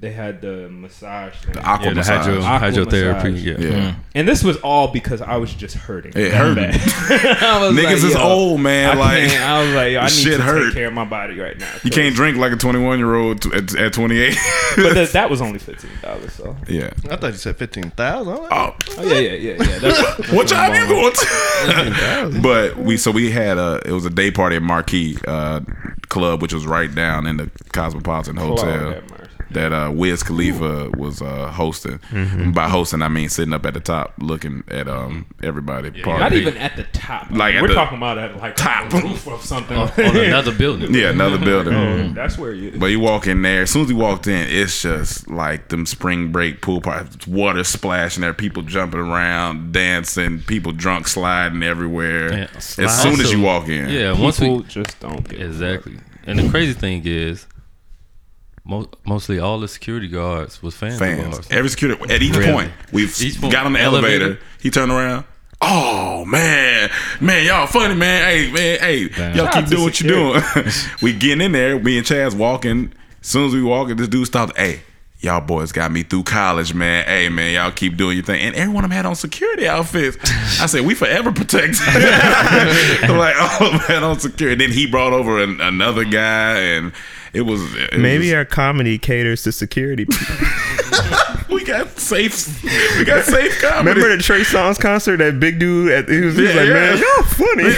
S6: they had the massage thing.
S2: The aqua
S7: Yeah, the
S2: massage.
S7: hydro,
S6: Aqua
S7: hydrotherapy.
S6: massage.
S7: Yeah.
S2: yeah.
S6: and this was all because I was just hurting.
S2: It hurt.
S6: Bad. *laughs* I was
S2: *laughs* Niggas
S6: like,
S2: is
S6: yo,
S2: old
S6: I,
S2: man. like
S6: can't- I was like, yo, I need
S2: shit
S6: to
S2: hurt.
S6: take care of my body right now.
S2: you can't drink like a twenty one year old at, at twenty *laughs* eight.
S6: But that, that was only fifteen dollars.
S2: *laughs*
S6: So
S2: yeah.
S3: I thought you said fifteen thousand.
S2: Oh,
S6: oh, yeah, yeah, yeah, yeah.
S2: *laughs*
S6: That's, that's
S2: what
S6: what I'm
S2: job you
S6: on.
S2: going to? *laughs* but we so we had a it was a day party at Marquee uh, Club, which was right down in the Cosmopolitan
S6: Lord
S2: Hotel.
S6: have mercy.
S2: that uh, Wiz Khalifa was uh, hosting.
S6: Mm-hmm.
S2: By hosting, I mean sitting up at the top, looking at um, everybody. partying.
S6: Not even at the top.
S2: Like,
S6: Like
S2: at
S6: we're
S2: the
S6: talking about at like
S2: top.
S6: the roof of
S2: *laughs*
S6: something.
S7: on another building.
S2: yeah, another building.
S6: *laughs* That's where you.
S2: But you walk in there, as soon as you walked in, it's just like them spring break pool parties, water splashing there, people jumping around, dancing, people drunk sliding everywhere.
S7: Yeah.
S2: As soon as
S7: Also-
S2: you walk in.
S7: Yeah, once
S6: People
S7: we
S6: just don't get
S7: exactly. And the crazy thing is, mo- mostly all the security guards was fans. of
S2: Fans.
S7: ours.
S2: Every security at each
S7: Really?
S2: point, we've
S7: Each point.
S2: got on the elevator.
S7: Elevator.
S2: He turned around. Oh man, man, y'all funny man. Hey man, hey, y'all
S6: Shout out
S2: keep
S6: to
S2: doing what you're doing. *laughs* we getting in there. Me and Chaz walking. As soon as we walking, this dude stopped. Hey, y'all boys got me through college, man. Hey man, y'all keep doing your thing. And everyone of them had on security outfits. I said we forever protected. *laughs* I'm like oh man, on security. Then he brought over an, another guy, and it was it was-
S4: Maybe our comedy caters to security.
S3: *laughs*
S2: we got safe. We got safe comedy.
S4: Remember the Trey Songz concert? That big dude at he was, he was
S2: Yeah,
S4: like,
S2: yeah.
S4: man, y'all funny.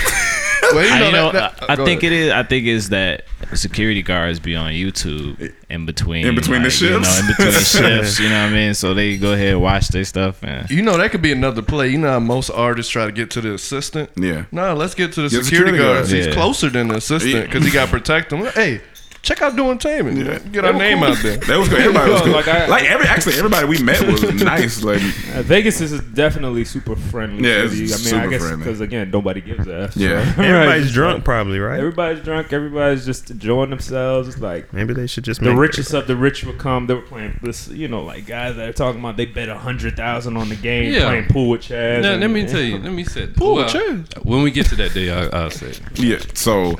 S3: Well, you
S5: I,
S3: know,
S5: you know,
S3: that- that-
S5: I, I
S3: go
S5: think
S3: ahead.
S5: it is. I think it's that security guards be on YouTube in between,
S2: In between the
S5: like, you know,
S2: shifts?
S5: in between
S3: *laughs*
S5: the shifts. You know what I mean? So they go ahead and watch their stuff. And
S3: You know that could be another play. You know how most artists try to get to the assistant.
S2: Yeah.
S3: No, let's get to the
S2: Get the
S3: security,
S2: security
S3: guard.
S2: guard.
S3: He's
S5: Yeah.
S3: closer than the
S2: Yeah.
S3: assistant because he got to protect him. Hey, check out doing taming. Get our name out there.
S2: That was good. Everybody was
S6: No,
S2: *laughs* good. Like,
S6: like, I-
S2: every actually everybody we met was nice. Like
S6: Uh, Vegas is definitely super friendly.
S2: Yeah, it's
S6: city. I mean,
S2: super
S6: I guess
S2: friendly.
S6: because again, nobody gives a f.
S2: Yeah.
S6: *laughs* Right.
S4: Everybody's drunk, probably, right?
S6: Everybody's drunk. Everybody's just enjoying themselves. It's like
S4: Maybe they should just
S6: the
S4: make
S6: richest of the rich would come. They were playing this, you know, like guys that are talking about they bet a hundred thousand on the game
S7: Yeah.
S6: playing pool with Chaz.
S7: Now,
S6: and-
S7: let me tell you.
S6: *laughs*
S7: Let me say.
S3: Pull
S7: well,
S3: a chest.
S7: When we get to that day, I, I'll say. it.
S2: yeah. So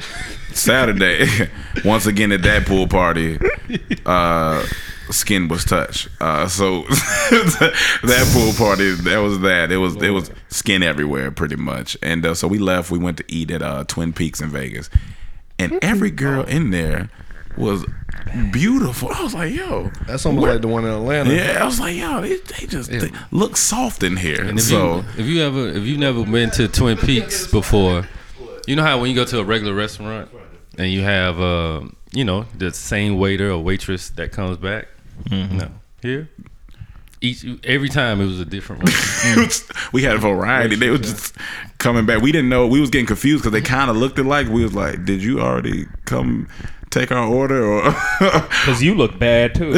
S2: Saturday, *laughs* once again at that pool party, uh, skin was touched. Uh, so *laughs* that pool party, that was that. It was it was skin everywhere pretty much. And uh, so we left. We went to eat at uh, Twin Peaks in Vegas, and every girl in there was beautiful. I was like, yo,
S3: That's almost like the one in Atlanta.
S2: Yeah, I was like, yo, they, they just they look soft in here.
S7: And if
S2: so
S7: you if you ever if you never been to Twin Peaks before, you know how when you go to a regular restaurant and you have uh, you know the same waiter or waitress that comes back.
S2: Mm-hmm.
S7: No, here each every time it was a different one.
S2: *laughs* we had a variety. They was just coming back. We didn't know. We was getting confused because they kind of looked alike. We was like, did you already come take our order or *laughs*
S6: because you look bad too.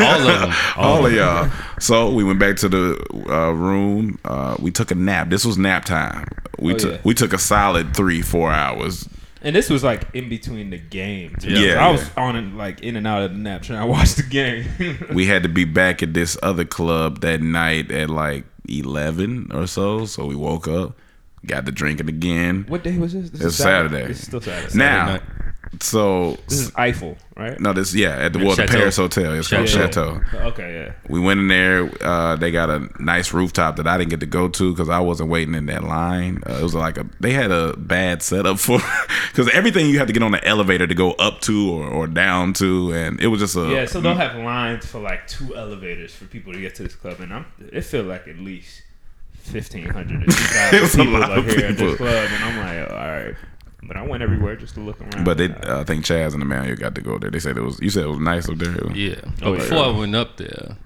S7: All of them.
S2: all of y'all? So we went back to the uh, room. Uh, we took a nap. This was nap time. We took
S6: yeah.
S2: we took a solid three four hours.
S6: and this was like in between the game. Too.
S2: Yeah.
S6: So I was on and like in and out of the nap trying to watch the game. *laughs*
S2: we had to be back at this other club that night at like 11 or so. So we woke up, got to drinking again.
S6: what day was this? This
S2: It's
S6: is
S2: Saturday.
S6: It's still Saturday.
S2: now, so
S6: this is Eiffel, right?
S2: no, this yeah at the, well, the
S7: Chateau.
S2: Paris Hotel. It's called
S6: Chateau.
S2: Chateau.
S6: Okay, yeah.
S2: We went in there. Uh, they got a nice rooftop that I didn't get to go to because I wasn't waiting in that line. Uh, it was like a they had a bad setup for *laughs* because everything you had to get on the elevator to go up to or, or down to, and it was just a
S6: Yeah, so they'll have lines for like two elevators for people to get to this club, and I'm it feel like at least fifteen hundred *laughs*
S2: It was a
S6: people
S2: lot
S6: are
S2: of
S6: here at
S2: people.
S6: this club, and I'm like, all right. But I went everywhere just to look around.
S2: But they, I think Chaz and Emmanuel got to go there. They said it was. You said it was nice up there.
S7: Oh, Yeah. But before I went up there,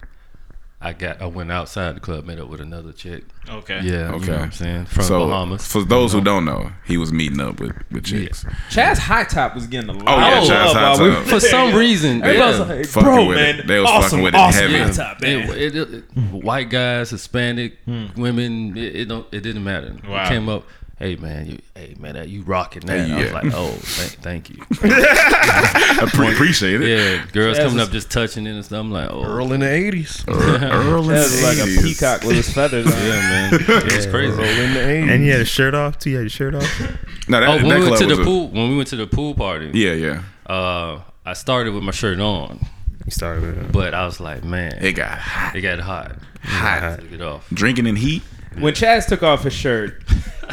S7: I got I went outside the club, met up with another chick.
S5: okay,
S7: Yeah. Okay. You know what I'm saying from
S2: so
S7: Bahamas. Uh-huh.
S2: for those who don't know, he was meeting up with with chicks.
S6: Chaz High Top was getting a lot.
S2: Oh yeah,
S7: Oh,
S2: Chaz
S6: uh,
S2: high
S6: we-
S2: top.
S7: for some reason,
S6: I was
S7: yeah.
S6: like,
S2: Fucking
S6: bro,
S2: with it.
S6: man,
S2: They was
S6: awesome,
S2: fucking with it
S6: awesome
S2: heavy.
S6: High
S2: Yeah.
S6: Top, man.
S7: It, it, it- white guys, Hispanic women, it, it don't. It didn't matter. It
S5: Wow.
S7: came up. Hey man, you, hey man, that you rocking that? I
S2: yeah.
S7: was like, oh, thank, thank you.
S2: I pre- *laughs* appreciate it.
S7: Yeah, girls
S6: That's
S7: coming
S6: just-
S7: up just touching it and stuff. I'm like, oh,
S3: Earl in the 80s. Earl
S2: Earl
S6: Chaz was like a peacock with his
S2: *laughs*
S6: feathers on.
S7: yeah, man, it's crazy.
S3: in the 80s.
S4: *laughs* And he
S6: *laughs*
S4: had a shirt off too. He had a shirt off.
S2: No, that,
S7: Oh, when
S2: that
S7: we went
S2: club
S7: to
S2: was
S7: the
S2: a-
S7: pool, when we went to the pool party,
S2: Yeah, yeah.
S7: uh, I started with my shirt on,
S4: He started with it.
S7: but I was like, man,
S2: It got hot.
S7: it got hot.
S2: Hot.
S7: Took it off.
S2: Drinking in heat.
S6: When Chaz took off his shirt,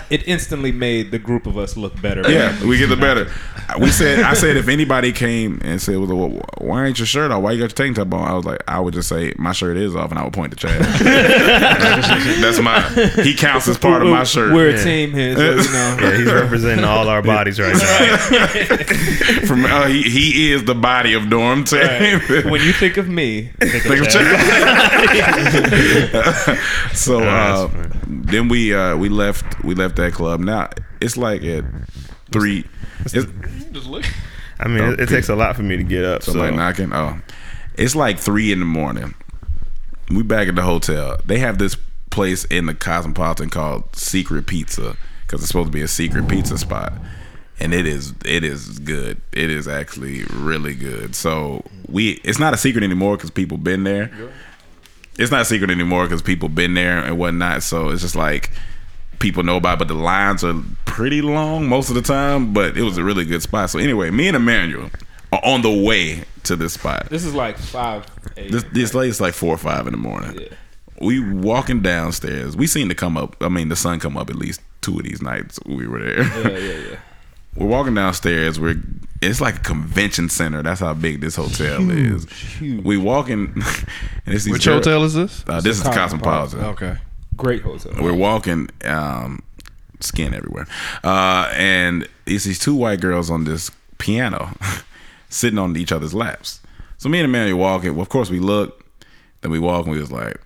S6: it instantly made the group of us look better.
S2: Yeah, we get the better. We said, I said, if anybody came and said, well, "Why ain't your shirt off? Why you got your tank top on?" I was like, I would just say, "My shirt is off," and I would point to
S7: *laughs*
S2: Chad. That's my. He counts as part of my shirt
S6: We're a team here, so, you know.
S2: *laughs*
S4: Yeah, he's representing all our
S3: *laughs*
S4: bodies right now.
S2: from. Uh, he, he is the body of Dorm Team. *laughs*
S6: When you think of me,
S2: Think of Chad.
S6: *laughs*
S2: so uh, then we uh, we left we left that club. Now it's like at three. It's,
S4: I mean, it, it takes a lot for me to get up. So,
S2: Somebody knocking. Oh, it's like three in the morning. We back at the hotel. They have this place in the Cosmopolitan called Secret Pizza because it's supposed to be a secret pizza spot, and it is it is good. It is actually really good. So we it's not a secret anymore because people been there. It's not a secret anymore because people been there and whatnot. So it's just like people know about, it, but the lines are pretty long most of the time. But it was a really good spot. So anyway, me and Emmanuel are on the way to this spot.
S6: this is like five. a.m.
S2: This this late is like four or five in the morning. We walking downstairs. We seen the come up. I mean, the sun come up at least two of these nights we were there.
S6: Yeah, yeah, yeah.
S2: *laughs* We're walking downstairs. We're it's like a convention center. That's how big this hotel is. We walking, *laughs* and it's these
S3: Which
S2: girl-
S3: hotel is Oh, this?
S2: Uh, this is Cosmopolitan.
S3: Okay.
S6: Great hotel.
S2: We're walking, um, skin everywhere, uh, and it's these two white girls on this piano, *laughs* sitting on each other's laps. So me and Emmanuel walking. Well, of course we look, then we walk, and we was like,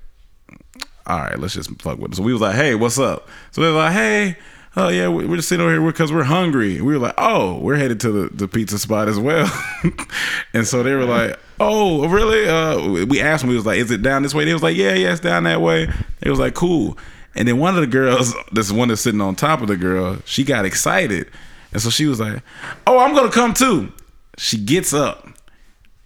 S2: "All right, let's just fuck with it." So we was like, "Hey, what's up?" So they was like, "Hey." Oh yeah, we- we're just sitting over here because we're hungry. We were like, oh, we're headed to the, the pizza spot as well, *laughs* and so they were like, oh, really? Uh, we asked them. We was like, is it down this way? They was like, yeah, yeah, it's down that way. It was like, cool. And then one of the girls, *laughs* this one that's sitting on top of the girl, she got excited, and so she was like, oh, I'm gonna come too. She gets up.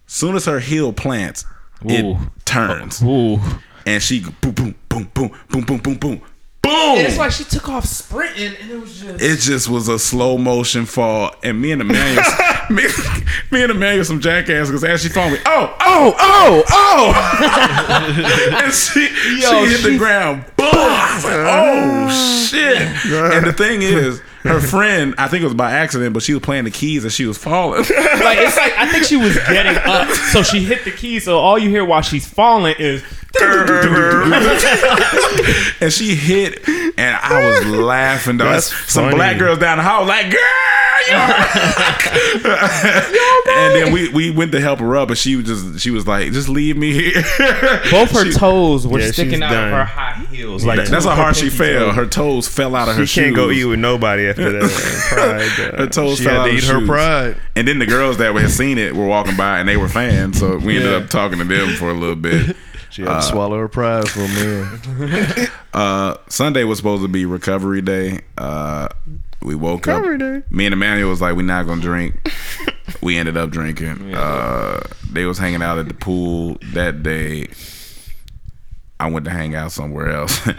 S2: Soon as her heel plants,
S5: Ooh. Uh,
S2: it turns,
S5: Ooh.
S2: and she go boom, boom, boom, boom, boom, boom, boom, boom, boom.
S5: It's like she took off sprinting and it was just.
S2: It just was a slow motion fall, and me
S5: *laughs*
S2: and Emmanuel, me, me and Emmanuel, some jackass, because as she phoned me, oh,
S5: *laughs*
S2: oh, oh, oh, and she she hit the
S5: *laughs*
S2: ground, boom. I was like, oh shit! And the thing is, her friend, I think it was by accident, but she was playing the keys and she was falling. *laughs*
S6: like it's like I think she was getting up, so she hit the key. So all you hear while she's falling is
S2: *laughs* and she hit, and I was laughing. Though.
S4: That's
S2: some
S4: funny.
S2: black girls down the hall like, girl, you *laughs* And then we, we went to help her up, and she was just she was like, just leave me here.
S6: both her toes were
S4: Yeah, she's
S6: sticking out
S4: done.
S6: of her high heels. Like
S2: *laughs* That's how hard she fell. Her toes fell out of her
S4: She
S2: shoes.
S4: can't go eat with nobody after that. Pride, uh,
S2: Her toes
S4: she
S2: fell
S4: had
S2: out
S4: to
S2: of
S4: eat
S2: her
S4: her
S2: shoes.
S4: pride.
S2: And then the girls that had seen it were walking by, and they were fans, so we ended up talking to them for a little bit.
S3: *laughs* She had to swallow her pride for a man.
S2: *laughs* Uh, Sunday was supposed to be recovery day. Uh, we woke up. Me and Emmanuel was like, we're not gonna drink. we ended up drinking. Uh, they was hanging out at the pool that day. I went to hang out somewhere else. *laughs* you know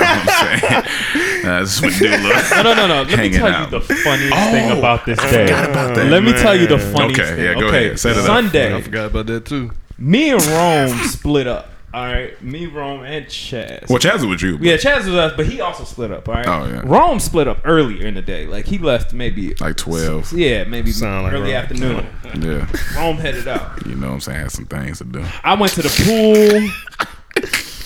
S2: what I'm saying? Uh, this would do
S6: no, no, no, no. Let me
S2: Hanging
S6: tell
S2: out.
S6: you the funniest
S2: Oh,
S6: thing about this day.
S2: about that.
S6: Let me tell you the funniest
S2: Okay,
S6: thing.
S2: yeah, go
S6: okay,
S2: ahead. Set it up.
S6: Sunday,
S3: I forgot about that too.
S6: me and Rome split up. All right, me, Rome, and Chaz.
S2: *laughs* Well, Chaz was with you. but
S6: yeah, Chaz was us, but he also split up. All right.
S2: Oh, yeah.
S6: Rome split up earlier in the day. Like he left maybe.
S2: Like 12.
S6: Yeah, maybe
S4: Sound like
S6: early
S4: Rome.
S6: afternoon.
S2: Yeah.
S6: Rome headed out.
S2: You know what I'm saying? Had some things to do.
S6: I went to the pool.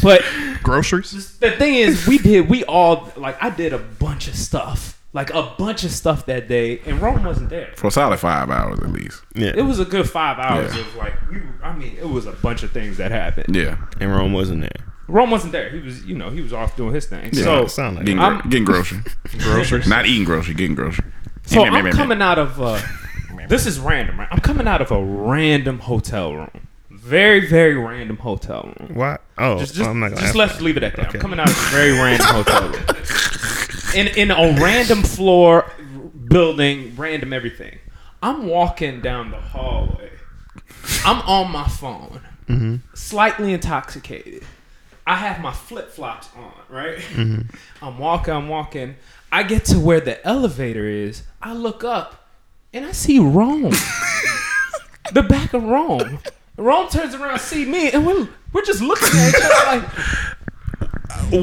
S6: But
S3: Groceries?
S6: the thing is, we did, we all, like, I did a bunch of stuff. Like, a bunch of stuff that day, and Rome wasn't there.
S2: For a solid five hours at least.
S4: Yeah.
S6: It was a good five hours.
S2: Yeah.
S6: It was like, we were, I mean, it was a bunch of things that happened.
S2: Yeah.
S4: and Rome wasn't there.
S6: Rome wasn't there. He was, you know, he was off doing his thing.
S4: So,
S6: So, oh,
S4: sound like
S2: Getting, gro-
S6: I'm-
S2: getting grocery. Grocery. Not eating grocery, getting grocery.
S6: so
S2: Yeah, yeah,
S6: I'm
S2: yeah, *laughs* yeah.
S6: coming out of, uh, this is random, right? I'm coming out of a random hotel room. Very, very random hotel room.
S4: why? Oh,
S6: Just, just,
S4: I'm not gonna
S6: just
S4: ask.
S6: let's leave it at that.
S4: Okay.
S6: I'm coming out of a very random hotel room. In, in a random floor, building, random everything. I'm walking down the hallway. I'm on my phone, slightly intoxicated. I have my flip flops on, right? I'm walking, I'm walking. I get to where the elevator is. I look up and I see Rome the back of Rome. Rome turns around, see me, and we're we're just looking at each other like,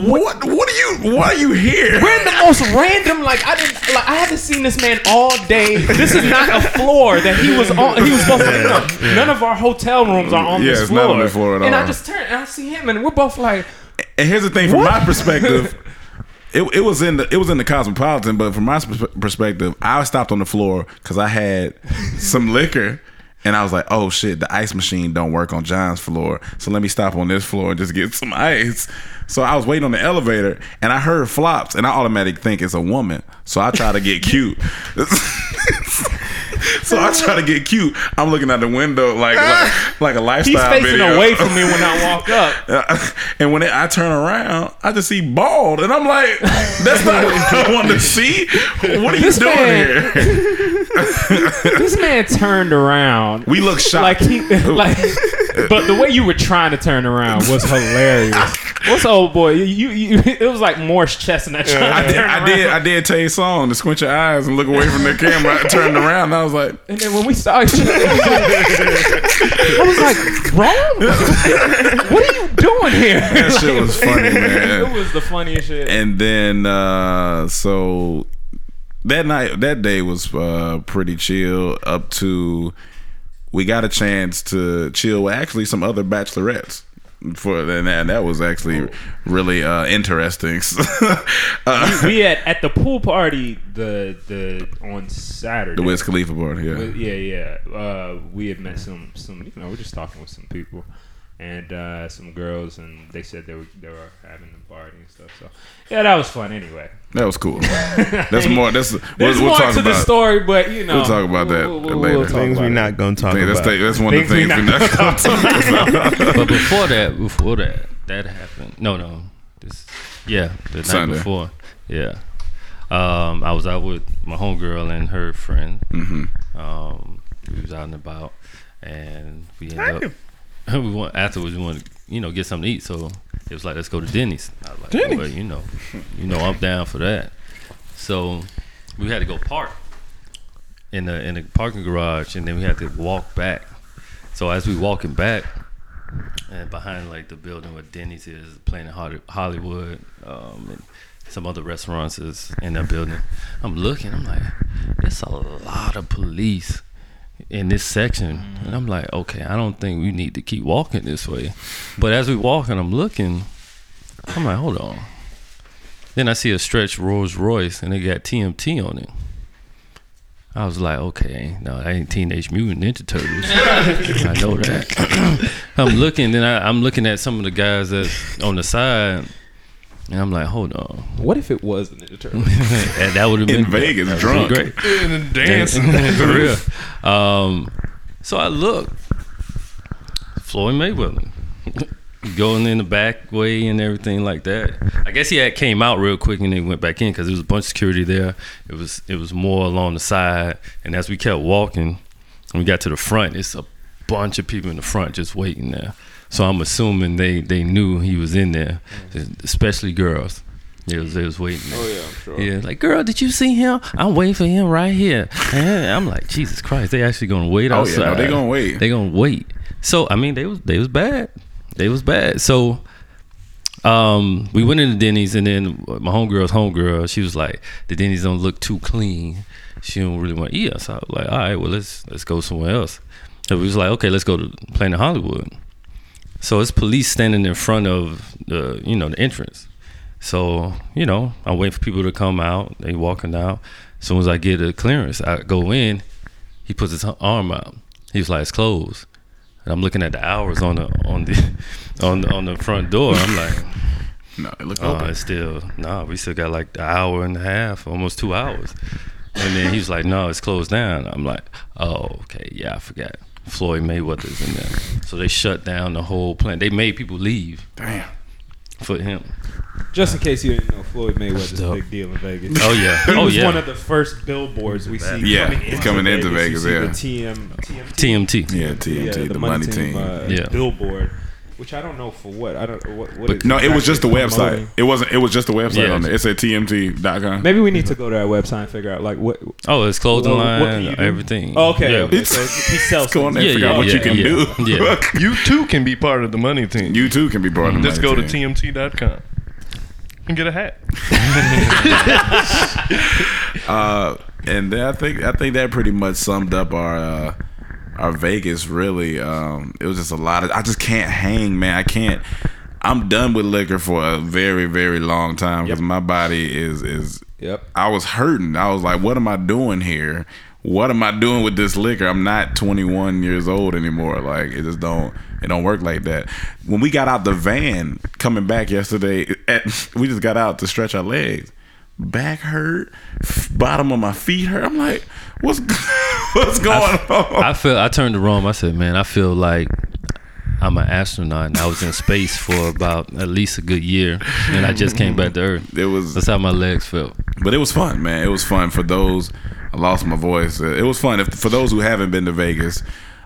S2: What? What are you? Why are you here?
S5: We're in the most random. Like I didn't. Like I haven't seen this man all day. This is not a floor that he was on. He was supposed to be on. None of our hotel rooms are on
S2: Yeah,
S5: this
S2: it's
S5: floor.
S2: not on this floor at
S5: and
S2: all.
S5: I just turned and I see him, and we're both like,
S2: And here's the thing, from my
S5: *laughs*
S2: perspective, it, it was in the it was in the Cosmopolitan, but from my sp- perspective, I stopped on the floor because I had some liquor, and I was like, "Oh shit, the ice machine don't work on John's floor, so let me stop on this floor and just get some ice." So I was waiting on the elevator, and I heard flops, and I automatically think it's a woman, so I try
S5: *laughs*
S2: to get cute. *laughs* So I try to get cute. I'm looking out the window like like, like a
S5: he's
S2: lifestyle
S5: facing
S2: video.
S5: away from me when I walk
S2: *laughs*
S5: up.
S2: Uh, And when it, I turn around, I just see bald, and I'm like, "That's not what I want to see. What are you
S5: This
S2: doing
S5: man-
S2: here?"
S5: This man turned around.
S2: We look
S5: like
S2: shocked.
S5: he
S2: *laughs*
S5: *laughs* like but the way you were trying to turn around was hilarious what's the old boy you, you, you *laughs* it was like morse chestnut trying
S2: I
S5: to
S2: did,
S5: turn
S2: I did.
S5: around.
S2: I did tell you song to squint your eyes and look away from the camera. I turned around, and I was like,
S5: and then when we saw each other i was like wrong what are you doing here
S2: "That shit was
S5: *laughs*
S2: funny,
S5: it
S2: man."
S5: was the funniest shit
S2: And then, uh, so that night, that day was uh, pretty chill. Up to we got a chance to chill with actually some other bachelorettes for and that, that was actually really uh interesting *laughs* uh,
S6: we at at the pool party the the on Saturday.
S2: the Wiz Khalifa board
S6: But
S2: yeah
S6: yeah, yeah. Uh, we had met some, some. You know, we're just talking with some people, and uh, some girls, and they said they were they were having a party and stuff. So yeah, that was fun. Anyway,
S2: that was cool that's more that's we'll,
S5: there's
S2: we'll
S5: more
S2: talk
S5: to
S2: about
S5: the story but you know
S2: we'll talk about that
S5: we'll- we'll-
S2: later
S5: we'll talk
S4: Things
S5: about
S4: we're
S5: it.
S4: not gonna talk
S2: Hey, that's,
S4: about.
S2: the- that's one of the things we're not *laughs* gonna
S5: *laughs*
S2: talk about
S7: but before that, before that, that happened. No, no. This, yeah, the
S2: Sunday.
S7: night before. Yeah. Um, I was out with my homegirl and her friend. Mm-hmm. Um, we was out and about, and we ended up. *laughs* we want afterwards. We want to, you know, get something to eat. So it was like, let's go to Denny's. I was like, Denny's. you know, you know, I'm down for that. So we had to go park in the in the parking garage, and then we had to walk back. So as we walking back, and behind like the building where Denny's is, Planet Holly- Hollywood, um, and some other restaurants is in that building. *laughs* I'm looking, I'm like, there's a lot of police in this section, and I'm like, okay, I don't think we need to keep walking this way. But as we walking, I'm looking, I'm like, hold on. Then I see a stretched Rolls Royce, and it got TMT on it. I was like, okay, no, that ain't Teenage Mutant Ninja Turtles. I know that. I'm looking, then I, I'm looking at some of the guys that's on the side, and I'm like, hold on, *laughs*
S5: what if it was the ninja turtle
S7: and that would have been
S2: in Vegas drunk
S7: great.
S3: *laughs*
S7: dancing *laughs* for real. Um, so I look, Floyd Mayweather *laughs* going in the back way and everything like that. I guess he had came out real quick and then went back in because there was a bunch of security there. It was it was more along the side, and as we kept walking, and we got to the front, it's a bunch of people in the front just waiting there. So I'm assuming they they knew he was in there, especially girls. They was, they was waiting. There. Oh yeah, sure. Yeah, like girl, did you see him? I'm waiting for him right here. And I'm like, Jesus Christ, they actually gonna wait
S2: Oh, yeah,
S7: outside.
S2: no, they gonna wait.
S7: They gonna wait. So I mean, they was they was bad. They was bad. So um, we went into Denny's, and then my homegirl's homegirl, she was like, "The Denny's don't look too clean. She don't really want to eat us." I was like, "All right, well let's let's go somewhere else." So we was like, "Okay, let's go to Planet Hollywood." So it's police standing in front of the you know the entrance. So you know I wait for people to come out. They walking out. As soon as I get a clearance, I go in. He puts his arm out. He was like, "It's closed." And I'm looking at the hours on the on the *laughs* on the, on the front door. I'm like.
S2: no it looked
S7: Uh,
S2: open
S7: it's still nah. We still got like an hour and a half, almost two hours. And then he's like, "No, it's closed down." I'm like, "Oh, okay, yeah, I forgot." Floyd Mayweather's in there, so they shut down the whole plant. They made people leave. Damn. For him.
S6: *laughs* just in case you didn't know, Floyd Mayweather's
S7: dope.
S6: a big deal in Vegas.
S2: *laughs*
S7: Oh
S6: *laughs*
S7: yeah.
S6: He
S7: oh
S6: was
S7: yeah.
S6: one of the first billboards we see
S2: Yeah,
S6: coming into
S2: coming into
S6: Vegas.
S2: Vegas,
S6: You see the TM, TMT,
S7: TMT.
S2: yeah TMT
S6: yeah,
S2: the, money, team,
S6: uh,
S7: Yeah.
S6: billboard, which I don't know for what. I don't. What, what
S2: no it was just the
S6: exactly
S2: website
S6: promoting.
S2: it wasn't it was just the website
S7: Yeah.
S2: on there it said tmt.com
S6: Maybe we need to go to our website and figure out like what.
S7: Oh, it's clothing
S6: Well, what
S7: line.
S6: can you do?
S7: everything.
S6: Oh, okay,
S7: Yeah.
S6: okay. So he sells.
S2: go on there and
S7: Yeah,
S2: figure out
S7: yeah,
S2: what you
S7: yeah,
S2: can do *laughs*
S7: yeah, yeah.
S3: You too can be part of the money team.
S2: you too can be brought in the
S3: Just
S2: money
S3: go to
S2: team.
S3: tmt.com. and get a hat.
S2: Uh, and then I think I think that pretty much summed up our uh, our Vegas. Really, um, it was just a lot of. I just can't hang, man. I can't. I'm done with liquor for a very very long time because my body is is.
S5: Yep.
S2: I was hurting. I was like, what am I doing here? What am I doing with this liquor? I'm not 21 years old anymore. Like it just don't it don't work like that. When we got out the van coming back yesterday, at, *laughs* we just got out to stretch our legs back hurt, f- bottom of my feet hurt. I'm like, what's *laughs* what's going on?
S7: I feel I turned to Rome. I said, "Man, I feel like I'm an astronaut. And I was in space for about at least a good year, and I just came back
S6: *laughs*
S7: to Earth.
S2: it was,
S7: That's how my legs felt.
S2: but it was fun, man. It was fun for those. I lost my voice. Uh, It was fun. If, for those who haven't been to Vegas,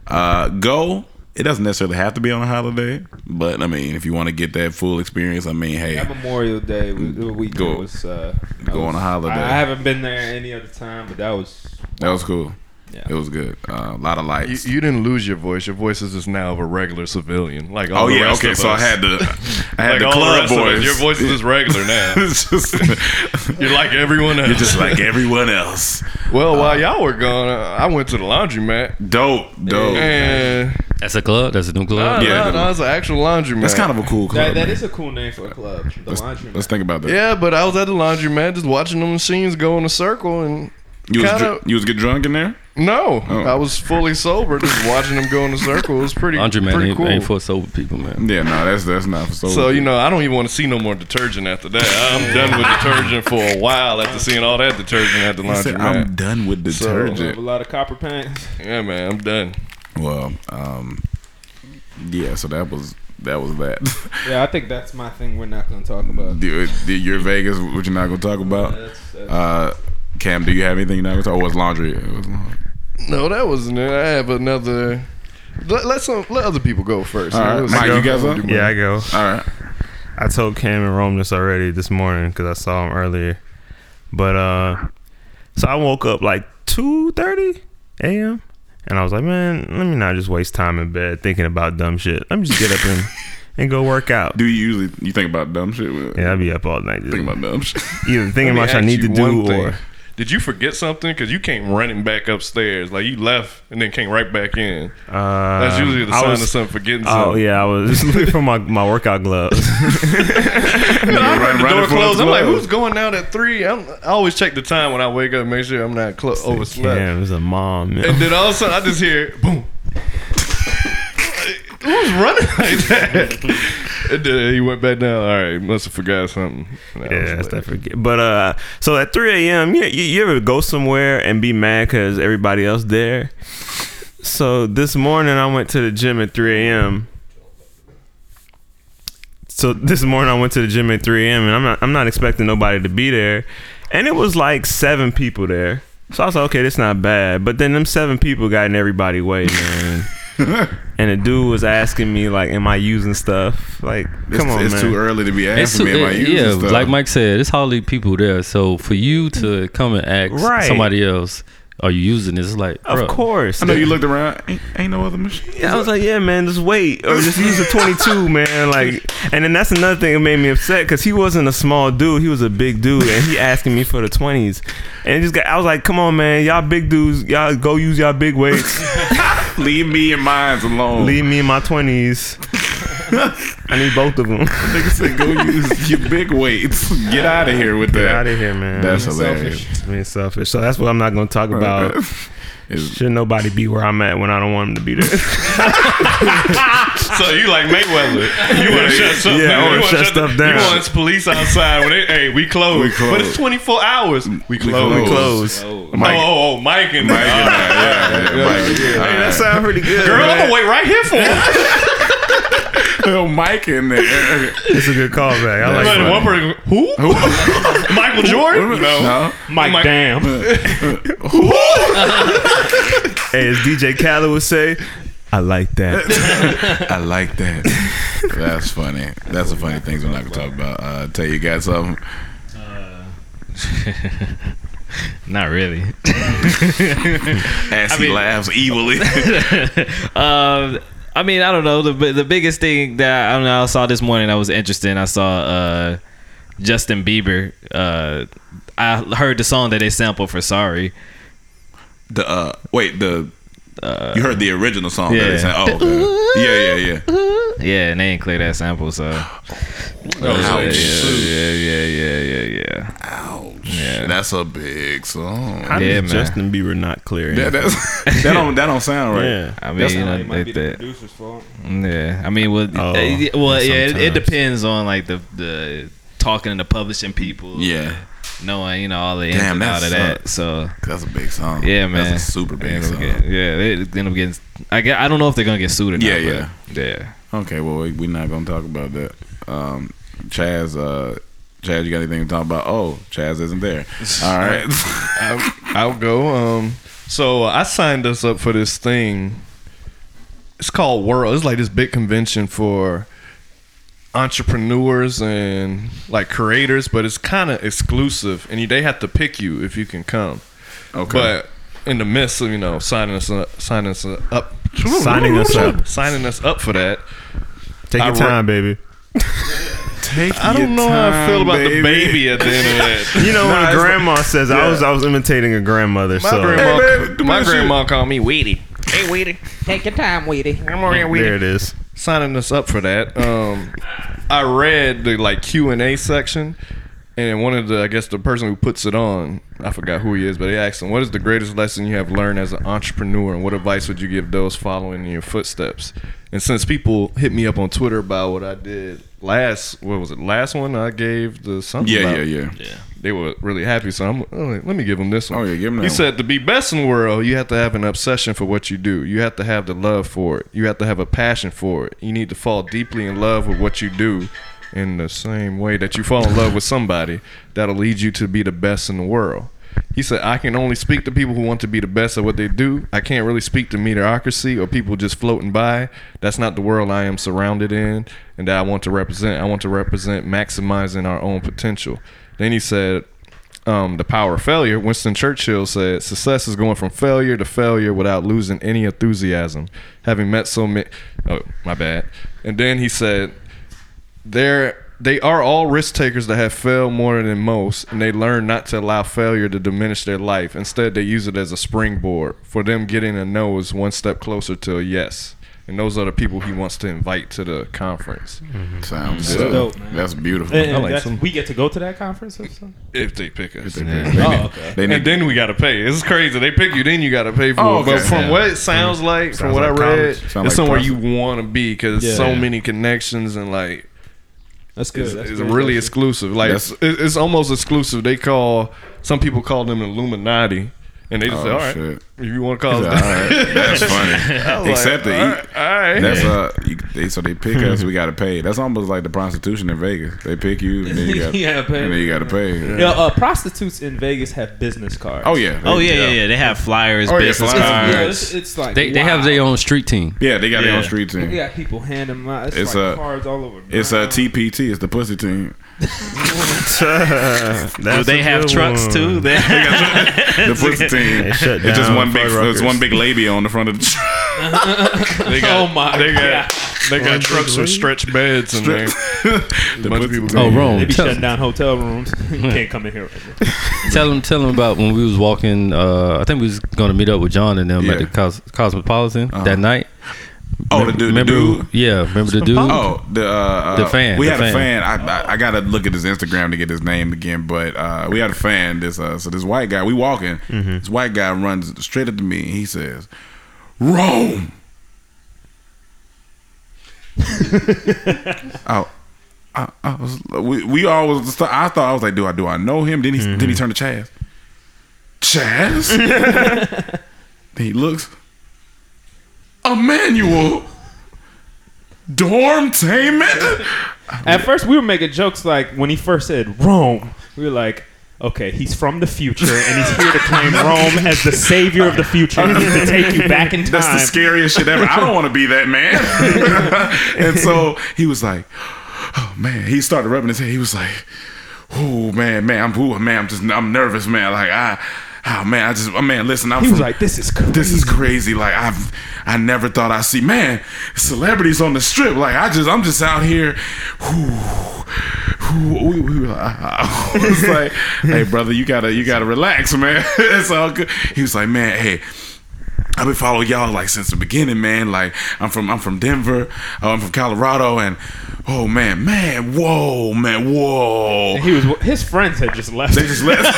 S2: uh, go. It doesn't necessarily have to be on a holiday, but I mean, if you want to get that full experience, I mean, hey,
S6: That Memorial Day we- we- weekend
S2: Go-
S6: was uh, that
S2: go on
S6: was-
S2: a holiday.
S6: I, I haven't been there any other time, but that was
S2: that was cool.
S6: Yeah.
S2: It was good. Uh, a lot of
S3: You,
S2: lights.
S3: you didn't lose your voice. Your voice is just now of a regular civilian. Like all
S2: oh
S3: the
S2: yeah,
S3: rest
S2: okay.
S3: of
S2: So
S3: us.
S2: I had
S3: *laughs*
S2: the I had
S3: like
S2: the
S3: all
S2: club
S3: rest of us,
S2: voice. *laughs*
S3: Your voice is just regular now.
S2: It's just-
S3: You're like everyone else.
S2: you're just like everyone else.
S3: well, while y'all were gone, uh, I went to the laundromat.
S2: Dope, dope.
S3: And
S7: That's a club. That's a new
S3: nah,
S7: club.
S2: Oh, Yeah.
S3: nah, nah, it's an actual laundromat.
S2: That's kind of a cool club.
S6: that, that
S2: man.
S6: is a cool name for a club. The
S2: let's,
S6: laundry.
S2: let's think about that.
S3: Yeah, but I was at the laundromat just watching the machines go in a circle and
S2: you was,
S3: kinda-
S2: dr- you was get drunk in there.
S3: no,
S2: Oh.
S3: I was fully sober just watching them go in a circle. It was pretty,
S7: Laundry man
S3: pretty
S7: ain't,
S3: cool.
S7: ain't for sober people, man.
S2: Yeah, no, that's that's not for so.
S3: So you know, I don't even want to see no more detergent after that. I'm done with detergent for a while after seeing all that detergent at the
S2: He said,
S3: laundromat.
S2: I'm done with
S3: So-
S6: I have a
S2: detergent.
S6: lot of copper pants. *laughs*
S3: yeah, man, I'm done.
S2: well, um, yeah. So that was that was that.
S6: Yeah, I think that's my thing. We're not gonna talk
S2: *laughs*
S6: about.
S2: Dude, did your Vegas, what you're not gonna talk about.
S6: That's, that's,
S2: Uh, Cam, do you have anything you're not gonna talk? Oh, it's laundry. It was laundry.
S3: No, that wasn't it. I have another. Let let, some, let other people go first.
S2: All right,
S3: Let's
S2: Mike,
S3: go.
S2: you guys up?
S4: Yeah, I go.
S2: All right.
S4: I told Cam and Rome this already this morning because I saw him earlier. But uh, so I woke up like two thirty a.m. and I was like, man, let me not just waste time in bed thinking about dumb shit. Let me just get up and and go work out.
S2: Do you usually you think about dumb shit?
S4: Yeah, I'd be up all night.
S2: Think
S4: Just
S2: about dumb *laughs* shit.
S4: either
S3: Let
S4: thinking
S3: me
S4: about what I
S3: ask
S4: need to
S3: you one
S4: do
S3: thing.
S4: or
S3: Did you forget something? Because you came running back upstairs. Like you left and then came right back in.
S4: uh,
S3: That's usually the
S4: I
S3: sign
S4: was-
S3: of something forgetting something.
S4: Oh yeah, I was *laughs* looking for my, my workout gloves.
S3: No, I heard
S2: Right-
S3: the
S2: right
S3: door
S2: before
S3: closed.
S2: it's
S3: I'm like,
S2: closed.
S3: who's going out at three? I'm, I always check the time when I wake up, and make sure I'm not clo- overslept.
S4: Cam is a mom. man.
S3: And then all of a sudden, I just hear boom. Who's running like that? And then he went back down. All right, must have forgot something. And I was
S4: Yeah,
S3: like,
S4: that's that forget. But uh, so at 3 a.m., you, you, you ever go somewhere and be mad because everybody else there? So this morning I went to the gym at 3 a.m. So this morning I went to the gym at 3 a.m. and I'm not I'm not expecting nobody to be there, and it was like seven people there. So I was like, okay, that's not bad. But then them seven people got in everybody's way,
S2: *laughs*
S4: man. and the dude was asking me like, am I using stuff? Like,
S2: It's,
S4: come on,
S2: it's
S4: man.
S2: too early to be
S7: It's,
S2: asking me about you.
S7: yeah,
S2: Yeah, stuff.
S7: like Mike said, it's hardly people there. So for you to come and ask
S4: Right.
S7: somebody else, are you using this? It's like,
S4: Of
S7: bruh,
S4: course.
S2: I know you looked around. Ain't, ain't no other machine. *laughs*
S4: Yeah, I was like, yeah, man, just wait or just use the
S3: *laughs*
S4: 22, man. Like, and then that's another thing that made me upset because he wasn't a small dude; he was a big dude, and he asking me for the 20s. And it just got, I was like, come on, man, y'all big dudes, y'all go use y'all big weights.
S3: *laughs*
S2: Leave me and mine's alone.
S4: Leave me in my 20s. I need both of them.
S2: Nigga said, go use your big weights. Get out of here with that.
S4: Get out of here, man.
S2: That's
S4: Being
S2: hilarious.
S4: selfish. Being selfish. So that's what I'm not going to talk
S3: *laughs*
S4: about.
S2: It's-
S4: Should nobody be where I'm at when I don't want them to be there?
S3: So you like Mayweather? You want to shut something?
S4: Yeah, I
S3: you
S4: wanna
S3: wanna
S4: shut stuff down.
S3: You want police outside when they? Hey, we closed.
S2: We closed.
S3: But it's 24 hours. We
S4: *laughs*
S3: closed.
S2: closed.
S4: Close.
S3: oh, oh, oh, Mike and
S2: Mike and I, yeah, yeah, Mike.
S4: Hey, that
S2: Alright.
S4: sounds pretty good.
S3: Girl, I'm
S4: man.
S3: gonna wait right here for him.
S2: Little Mike in there.
S4: It's a good callback. I like
S2: Right.
S4: that.
S3: Like, one person, who? *laughs* Michael Jordan?
S2: No.
S6: Mike,
S3: Mike-
S6: damn.
S4: *laughs* Hey, as DJ Khaled would say, I like that.
S2: I like that. That's funny. That's the funny things we're not gonna talk about. Uh, tell you guys something.
S5: Not really.
S2: As he
S5: mean-
S2: laughs evilly. *laughs*
S5: um, I mean, I don't know. The the biggest thing that I don't know I saw this morning that was interesting. I saw uh, Justin Bieber. Uh, I heard the song that they sampled for "Sorry."
S2: The uh, wait, the you heard the original song. that
S5: yeah.
S2: they sang. Oh, okay. yeah, yeah, yeah.
S5: Yeah, and they ain't clear that sample,
S7: *sighs*
S5: so
S2: Ouch.
S5: yeah, yeah, yeah, yeah, yeah.
S2: Ouch. That's a big song.
S4: How
S5: Yeah,
S4: yeah,
S5: man.
S4: did Justin Bieber not clear?
S2: That,
S4: it?
S2: that's, *laughs* that don't that don't sound right.
S4: yeah.
S5: I mean,
S6: That's
S5: you
S6: not-
S5: know,
S6: it might be
S5: like
S6: the
S5: that.
S6: producer's fault.
S5: Yeah, I mean, well,
S4: Oh,
S5: uh, yeah, well, yeah, it, it
S4: sometimes.
S5: depends on like the the talking and the publishing people.
S2: Yeah.
S5: knowing you know all the ins
S2: Damn,
S5: and
S2: that
S5: out of that.
S7: *laughs*
S5: So
S2: That's a big song.
S5: yeah, man,
S2: That's a super
S5: They
S2: big
S5: end up
S2: song.
S5: getting- yeah, they end up getting. I get, I don't know if they're gonna get sued or not.
S2: Yeah,
S5: but, yeah.
S2: Okay, well we're we not gonna talk about that. Um, Chaz, uh, Chaz, you got anything to talk about? Oh, Chaz isn't there. All right. *laughs*
S3: I'll, I'll go. Um, so uh, I signed us up for this thing. It's called World. It's like this big convention for entrepreneurs and like creators, but it's kind of exclusive, and you, they have to pick you if you can come.
S2: Okay.
S3: But in the midst of you know signing us up, signing us up,
S4: Signing us up.
S3: signing us up for that.
S4: Take
S3: I
S4: your
S3: wrote-
S4: time, baby.
S2: Take
S3: I
S2: your
S3: don't know how I feel
S2: time,
S3: about the baby at the end of that.
S4: You know
S2: Nah,
S4: when
S2: it's
S4: a grandma says, "I was I was imitating a grandmother."
S3: *laughs* My
S4: so
S3: grandma,
S2: Hey, baby, do
S3: my
S2: that shit.
S3: grandma called me Weedy.
S8: Hey, Weedy. Take your time, Weedy.
S3: I'm over here, Weedy.
S4: there it is.
S3: signing us up for that. Um, I read the like Q and A section, and one of the I guess the person who puts it on, I forgot who he is, but he asked him, "What is the greatest lesson you have learned as an entrepreneur, and what advice would you give those following in your footsteps?" And since people hit me up on Twitter about what I did last, what was it? Last one I gave the something.
S2: Yeah,
S3: about-
S2: yeah, yeah.
S3: They were really happy, so I'm I'm like, let me give them this one.
S2: Oh, yeah, give 'em that
S3: He
S2: one.
S3: said, "To be best in the world, you have to have an obsession for what you do. You have to have the love for it. You have to have a passion for it. You need to fall deeply in love with what you do, in the same way that you fall in love with somebody. That'll lead you to be the best in the world." He said, "I can only speak to people who want to be the best at what they do. I can't really speak to mediocrity or people just floating by. That's not the world I am surrounded in, and that I want to represent. I want to represent maximizing our own potential." Then he said, um, the power of failure, Winston Churchill said, "Success is going from failure to failure without losing any enthusiasm." Having met so many, oh my bad. And then he said, "There, they are all risk takers that have failed more than most, and they learn not to allow failure to diminish their life. Instead, they use it as a springboard for them getting a no is one step closer to a yes." And those are the people he wants to invite to the conference
S2: Sounds
S6: That's
S2: good.
S6: dope, man.
S2: That's beautiful.
S6: And,
S3: I like
S6: that's-
S3: some-
S6: we get to go to that conference or something.
S3: if they pick us.
S6: Oh, okay.
S2: They
S3: And
S2: need
S3: then we gotta pay. It's crazy. They pick you, then you gotta pay for
S2: Oh,
S3: it. But
S2: okay.
S3: from
S2: Yeah.
S3: what it sounds like, from
S4: Sounds
S3: what
S4: like
S3: I read,
S4: college.
S2: Sounds
S3: it's
S2: like
S3: somewhere
S2: process.
S3: you want to be because
S6: Yeah.
S3: so
S6: Yeah.
S3: many connections and like
S6: That's good.
S3: it's,
S6: that's
S3: it's
S6: good.
S3: really exclusive. Like
S2: That's-
S3: it's, it's almost exclusive. They call some people call them Illuminati, and they just
S2: Oh,
S3: say, "All right,
S2: shit.
S3: if you want to call
S2: All
S3: it
S2: right. That's
S3: *laughs* I was
S2: funny.
S3: like,
S2: Except
S3: all
S2: that.
S3: right,
S2: he-
S3: all right.
S2: That's uh, you, they, so they pick us. We gotta pay. That's almost like the prostitution in Vegas. They pick you, and then
S7: *laughs*
S2: you gotta,
S6: Yeah, pay.
S2: and then you gotta pay.
S6: Yeah, uh, prostitutes in Vegas have business cards.
S2: Oh yeah.
S5: Oh yeah, yeah, yeah. They have flyers,
S2: Oh, yeah,
S5: business
S2: flyers.
S6: Yeah,
S5: cards.
S6: it's, it's like
S7: They, they have
S6: wow.
S7: their own street team.
S2: Yeah, they got their own
S5: Yeah.
S2: street team.
S6: We got people handing out. It's,
S2: It's
S6: like
S2: a-
S6: cards all over.
S2: It's uh, TPT. It's the pussy team.
S5: Do
S4: Do
S5: they have trucks too? They
S7: *laughs*
S2: The pussy team.
S4: They shut
S2: It's just
S4: down
S2: one big.
S4: Fuddruckers.
S2: It's one big labia on the front of the. Tr-
S3: they got, *laughs* oh my, they got, they got trucks with stretch beds in there.
S2: *laughs* the
S3: bunch
S2: pussy
S3: of people
S2: team.
S7: Oh, Rome.
S6: They be
S7: Tell-
S6: shutting down hotel rooms. *laughs* you can't come in
S2: *laughs*
S6: here. Right
S7: Tell him, tell him about when we was walking. Uh, I think we was going to meet up with John and them
S2: Yeah.
S7: at the Cos- Cosmopolitan that night.
S2: Oh, the dude. The
S7: Remember,
S2: dude.
S7: yeah, remember the dude.
S2: Oh, the uh,
S7: The
S2: uh,
S7: fan,
S2: We
S7: the
S2: had a
S7: fan.
S2: fan. I, I I gotta look at his Instagram to get his name again, but uh, we had a fan. This uh, so this white guy. We walking.
S7: Mm-hmm.
S2: This white guy runs straight up to me. and He says,
S7: *laughs*
S2: "Rome." oh. I, I was, we, we always I thought I was like do I do I know him then he then
S7: Mm-hmm.
S2: he turned to Chaz Chaz
S7: *laughs*
S2: then he looks Emmanuel dorm tainment
S6: now. At first, we were making jokes like when he first said Rome, we were like. Okay, he's from the future and he's here to
S2: *laughs*
S6: claim Rome as the savior of the future to take you back in time.
S2: *laughs* That's the scariest shit ever. I don't want to be
S6: *laughs*
S2: that man. and so he was like, oh man. He started rubbing his head. He was like, oh man, man, I'm ooh, man, I'm just I'm nervous, man. Like I oh man, I just oh, man, listen, I'm
S6: he was
S2: from-
S6: like, "This is crazy."
S2: this is crazy. Like I've I never thought I'd see man, celebrities on the strip. Like I just I'm just out here whoo, we, we *laughs* were like, ah. I was like, hey brother, you gotta you gotta relax, man. *laughs* it's all good. He was like, man, hey. I've been following y'all like since the beginning, man. Like I'm from I'm from Denver, uh, I'm from Colorado, and oh man, man, whoa, man, whoa.
S6: He was his friends had just left.
S2: They just left.
S6: *laughs*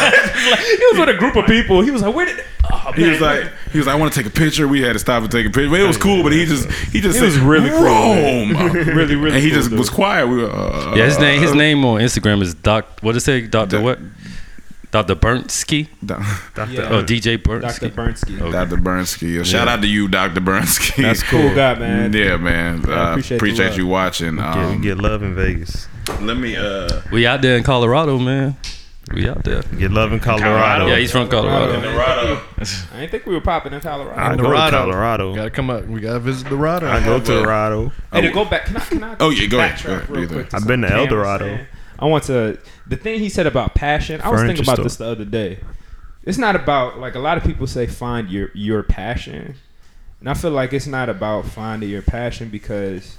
S6: he was with a group of people. He was like, "Where did?" Oh,
S2: He
S6: man.
S2: was like, he was like, I want to take a picture. We had to stop and take a picture. But it was cool. But he just, he just,
S6: He was really cool,
S2: Rome,
S6: *laughs* Really, really
S2: And he
S6: cool
S2: just
S6: dude.
S2: was quiet. We were, uh,
S7: Yeah, his name his name on Instagram is Doc. What did it say? Doctor
S2: Doc-
S7: what? Doctor Oh, Bernski
S2: Doc-
S7: or DJ
S6: Dr.
S7: Bernski?
S6: Bernsky.
S2: Dr. Bernsky. Shout out to you, Dr. Bernsky.
S6: That's cool guy, man.
S2: Yeah, man. Uh, appreciate
S6: appreciate the love.
S2: you watching.
S4: Yeah, we
S2: Um,
S4: get love in Vegas.
S2: Let me. Uh,
S7: We out there in Colorado, man. We out there.
S4: Get love in Colorado.
S7: Yeah, he's from Colorado.
S2: Colorado.
S6: I didn't think we were popping in Colorado.
S4: I go to
S3: Dorado.
S4: Colorado.
S3: Gotta come up. We gotta visit the Rada.
S4: I go to Dorado.
S6: Hey, to go back, can I? Can I
S2: *laughs* Oh, yeah, go ahead.
S6: backtrack
S2: Go ahead.
S6: real
S2: Do
S6: quick
S2: that.
S6: to
S4: I've
S6: something
S4: been to El
S6: Cam was
S4: Dorado.
S6: saying? I want to. The thing he said about passion, I was
S4: Furniture
S6: thinking about
S4: store.
S6: this the other day. It's not about like a lot of people say find your your passion, and I feel like it's not about finding your passion because.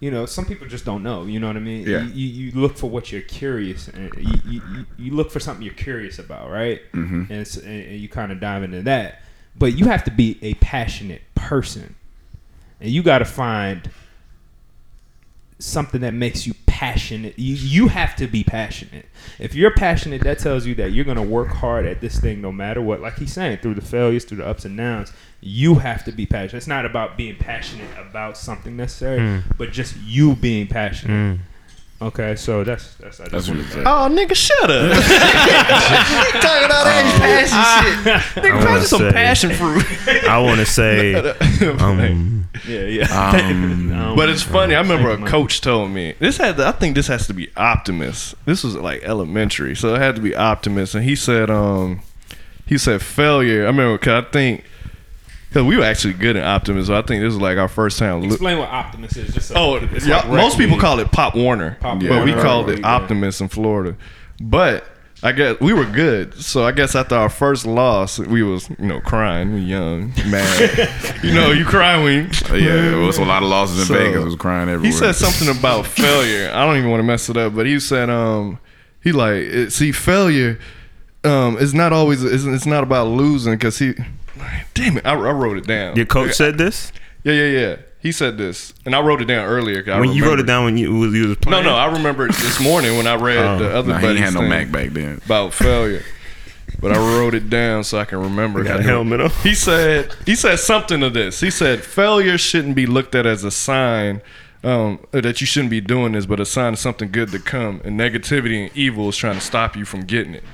S6: You know, some people just don't know. You know what I mean?
S2: Yeah.
S6: You, you, you look for what you're curious, and you, you, you- you look for something you're curious about, right? Mm-hmm. And, it's, and and you kind of dive into that. But you have to be a passionate person and you got to find something that makes you passionate. You, you have to be passionate. If you're passionate, that tells you that you're going to work hard at this thing no matter what. Like he's saying, through the failures, through the ups and downs, you have to be passionate. It's not about being passionate about something necessarily, but just you being passionate. Okay, so that's that's I
S2: That's
S6: just
S2: what
S6: wanted
S2: it
S6: to-
S2: said.
S9: Oh, nigga, shut up. you talking all that passion shit. Nigga,
S4: wanna
S9: pass me some
S4: say-
S9: passion fruit.
S4: I want to say, um,
S6: Yeah, yeah.
S2: *laughs* Um,
S6: Um,
S3: Ah. But it's funny. I remember a
S6: Like my-
S3: coach told me this had. To, I think this has to be optimist. This was like elementary, so it had to be optimist. And he said, um, he said failure. I remember because I think because we were actually good in optimism. I think this was like our first time. Lo-
S6: explain what optimist is. Just so
S3: oh,
S6: it's
S3: y'all-
S6: like
S3: most people
S6: reckoning.
S3: call it Pop Warner,
S6: Pop
S3: but
S6: Warner,
S3: we
S6: right,
S3: called
S6: right,
S3: it
S6: yeah.
S3: optimist in Florida. But I guess we were good. So I guess after our first loss, we was you know crying. We young, *laughs* mad. you know, you cry when. you-
S2: yeah, it was a lot of
S6: *laughs*
S2: losses in
S3: So,
S2: Vegas. I was crying everywhere.
S3: He said something
S4: *laughs*
S3: about failure. I don't even want to mess it up, but he said, um, he like it, see failure. Um, it's not always. It's, it's not about losing because he. Damn it! I, I wrote it down.
S4: your coach said this
S3: Yeah, yeah, yeah. He said this, and I wrote it down earlier. 'cause I
S4: when you wrote
S3: remembered.
S4: it down when you was you was
S3: No,
S4: playing.
S3: no, I remember it this morning when I read
S4: Oh,
S3: the other.
S2: Nah, he ain't
S3: buddy's
S2: had no
S3: thing
S2: Mac back then.
S3: about failure. But I wrote it down so I can remember.
S4: got
S3: I
S4: a
S3: knew-
S4: helmet on.
S3: *laughs* He said he said something to this. He said failure shouldn't be looked at as a sign um, that you shouldn't be doing this, but a sign of something good to come. And negativity and evil is trying to stop you from getting it.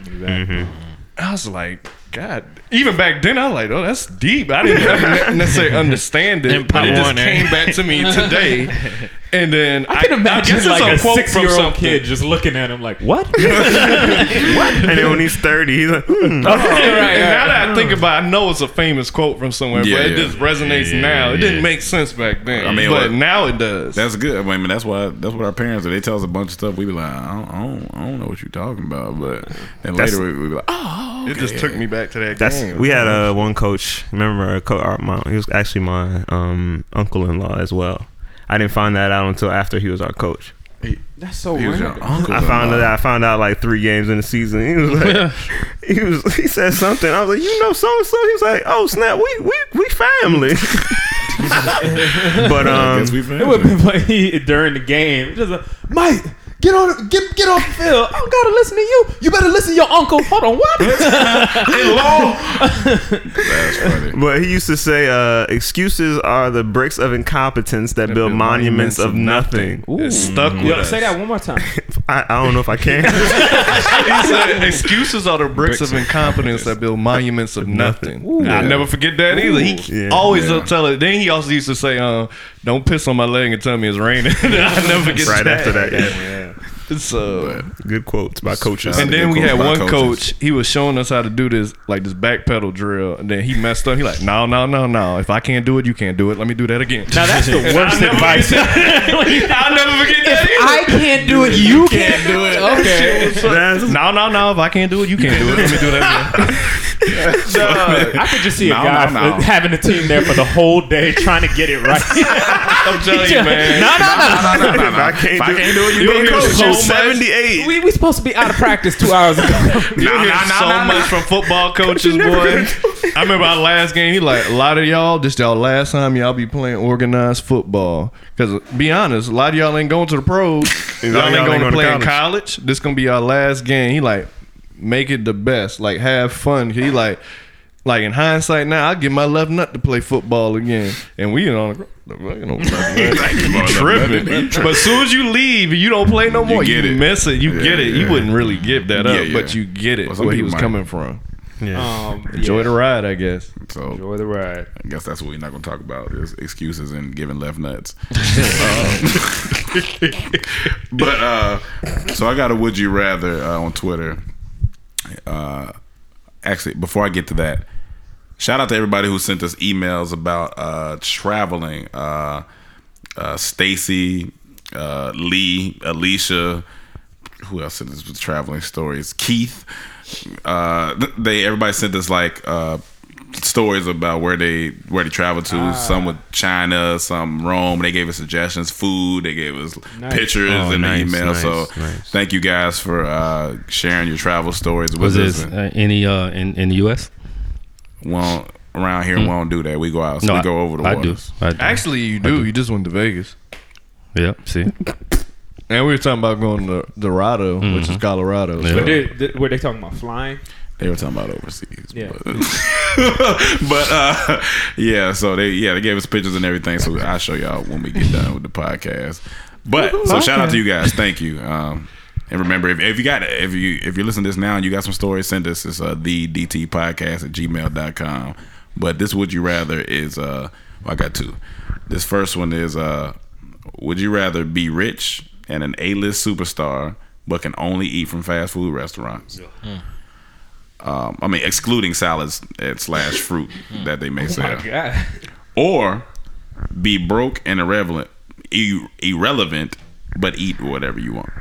S3: I was like, God. Even back then, I was like, oh, that's deep. I didn't ever ne- necessarily understand it, but it just came back to me today. And then I
S6: I can imagine
S3: guess it's
S6: like a,
S3: quote from
S6: six-year-old
S3: something.
S6: kid just looking at him like, "What?"
S4: *laughs* and then when he's thirty, he's like, hmm.
S3: Oh, *laughs* And now that I think about, it, I know it's a famous quote from somewhere,
S2: Yeah,
S3: but it
S2: yeah.
S3: just resonates now. It didn't make sense back then,
S2: I mean,
S3: but
S2: what-
S3: now it does.
S2: That's good. I mean, that's why that's what our parents do. They tell us a bunch of stuff. We be like, I don't, I don't, I don't know what you're talking about. But then later we, we be like, oh,
S3: it just
S2: okay.
S3: took me back to that
S4: That's
S3: game.
S4: we had uh, one coach. Remember, our co- our, my, he was actually my um, uncle-in-law as well. I didn't find that out until after he was our coach.
S6: That's so
S2: He was your
S6: random.
S2: uncle.
S4: I found that I found out like three games in the season. He was like, he was he said something. I was like, you know, so and so. He was like, oh snap, we we we family. *laughs* but
S2: I
S4: um,
S2: guess we *laughs*
S6: It *laughs* would
S2: family.
S6: have been like he, during the game. Just like, Mike, get on, get get off the field. I don't gotta listen to you. You better listen to your uncle. Hold on, what?
S2: That's funny.
S4: But he used to say, uh, "Excuses are the bricks of incompetence that build monuments of nothing."
S3: It stuck with
S6: Yo,
S3: us.
S6: say that one more time.
S4: I, I don't know if I can.
S3: He said, Excuses are the bricks of incompetence that build monuments of nothing. I
S2: Yeah.
S3: never forget that either. He
S4: Yeah.
S3: always
S2: Yeah.
S3: tell it. Then he also used to say, uh, "Don't piss on my leg and tell me it's raining." *laughs* I never forget
S4: right
S3: that.
S4: after that, yeah.
S3: So.
S4: good quotes by coaches.
S3: And
S2: Gotta get
S3: then we
S2: coached
S3: had
S2: by
S3: one
S2: coaches.
S3: coach. He was showing us how to do this, like this back pedal drill. And then he messed up. He like, no, no, no, no. If I can't do it, you can't do it. Let me do that again.
S6: Now
S3: *laughs*
S6: that's the worst advice. *laughs*
S3: I'll never forget that.
S8: I can't do it. You can't.
S2: do it.
S6: okay.
S3: either. No, no, no. If I can't do it, you can't do it. Let me do
S2: *laughs*
S3: that
S6: Dog, I could just see a
S2: No,
S6: guy
S2: no, no.
S6: f- having a team there for the whole day trying to get it
S4: *laughs*
S6: right. *laughs* I'm telling
S3: *laughs*
S6: you, man. No, no, no.
S2: No, no, no, no. I can't, do, it, you can't coach.
S4: You're
S6: *laughs*
S4: 78.
S6: We we supposed to be out of practice two hours *laughs* ago.
S2: No, no,
S3: so
S2: no, no,
S3: much
S2: no.
S3: from *laughs* football coaches, boy. I remember our last game. He like a lot of y'all. This y'all last time y'all be playing organized football. Because be honest, a lot of y'all ain't going to the *laughs* pros. y'all, ain't going to play in college. This gonna be our last game. He like make it the best. Like have fun. He like like in hindsight now, I get my left nut to play football again. And we on. the gr- the fucking on the *laughs* left nut. Tripping, but as soon as you leave, you don't play no more. You,
S2: get it.
S3: miss it. You
S2: Yeah,
S3: get it. You
S2: yeah.
S3: wouldn't really give that
S2: Yeah,
S3: up,
S2: yeah.
S3: but you get it
S2: Well, some
S3: where he
S2: people
S3: was
S2: might.
S3: coming from.
S6: Um,
S3: Enjoy the ride, I guess.
S2: So
S6: Enjoy the ride.
S2: I guess that's what we're not going to talk about is excuses and giving left *laughs* nuts. Um, *laughs* but uh, so I got a would you rather uh, on Twitter. Uh, actually, before I get to that, shout out to everybody who sent us emails about uh, traveling. Uh, uh, Stacy, uh, Lee, Alicia. Who else sent us with traveling stories? Keith. Uh, th- they everybody sent us like uh, stories about where they where they traveled to. some with China, some Rome. They gave us suggestions, food. They gave us pictures
S4: Oh,
S2: and
S4: nice,
S2: email.
S4: nice,
S2: so
S4: nice.
S2: thank you guys for uh, sharing your travel stories with
S7: Was
S2: us.
S7: this uh, any uh, in in the U.S.?
S2: won't around here won't do that. We go out. So we
S7: I
S2: go over the
S7: Hmm. I do.
S2: waters.
S7: I do.
S3: Actually, you do. You just went to Vegas.
S7: Yep. See.
S3: And we were talking about going to Dorado, which is Colorado.
S7: Yeah.
S3: So-
S6: But they, they, were they talking about flying?
S2: They were talking about overseas.
S6: Yeah.
S2: But, *laughs* but, uh, yeah, so they yeah, they gave us pictures and everything. So I'll show y'all when we get done with the podcast. But so shout out to you guys. Thank you. Um and remember if, if you got if you if you listen to this now and you got some stories, send us it's uh the DT podcast at gmail.com. But this would you rather is uh well, I got two. This first one is uh would you rather be rich and an A list superstar but can only eat from fast food restaurants? Um, I mean, excluding salads and slash fruit that they may sell,
S6: God.
S2: or be broke and irrelevant, ir- irrelevant, but eat whatever you want.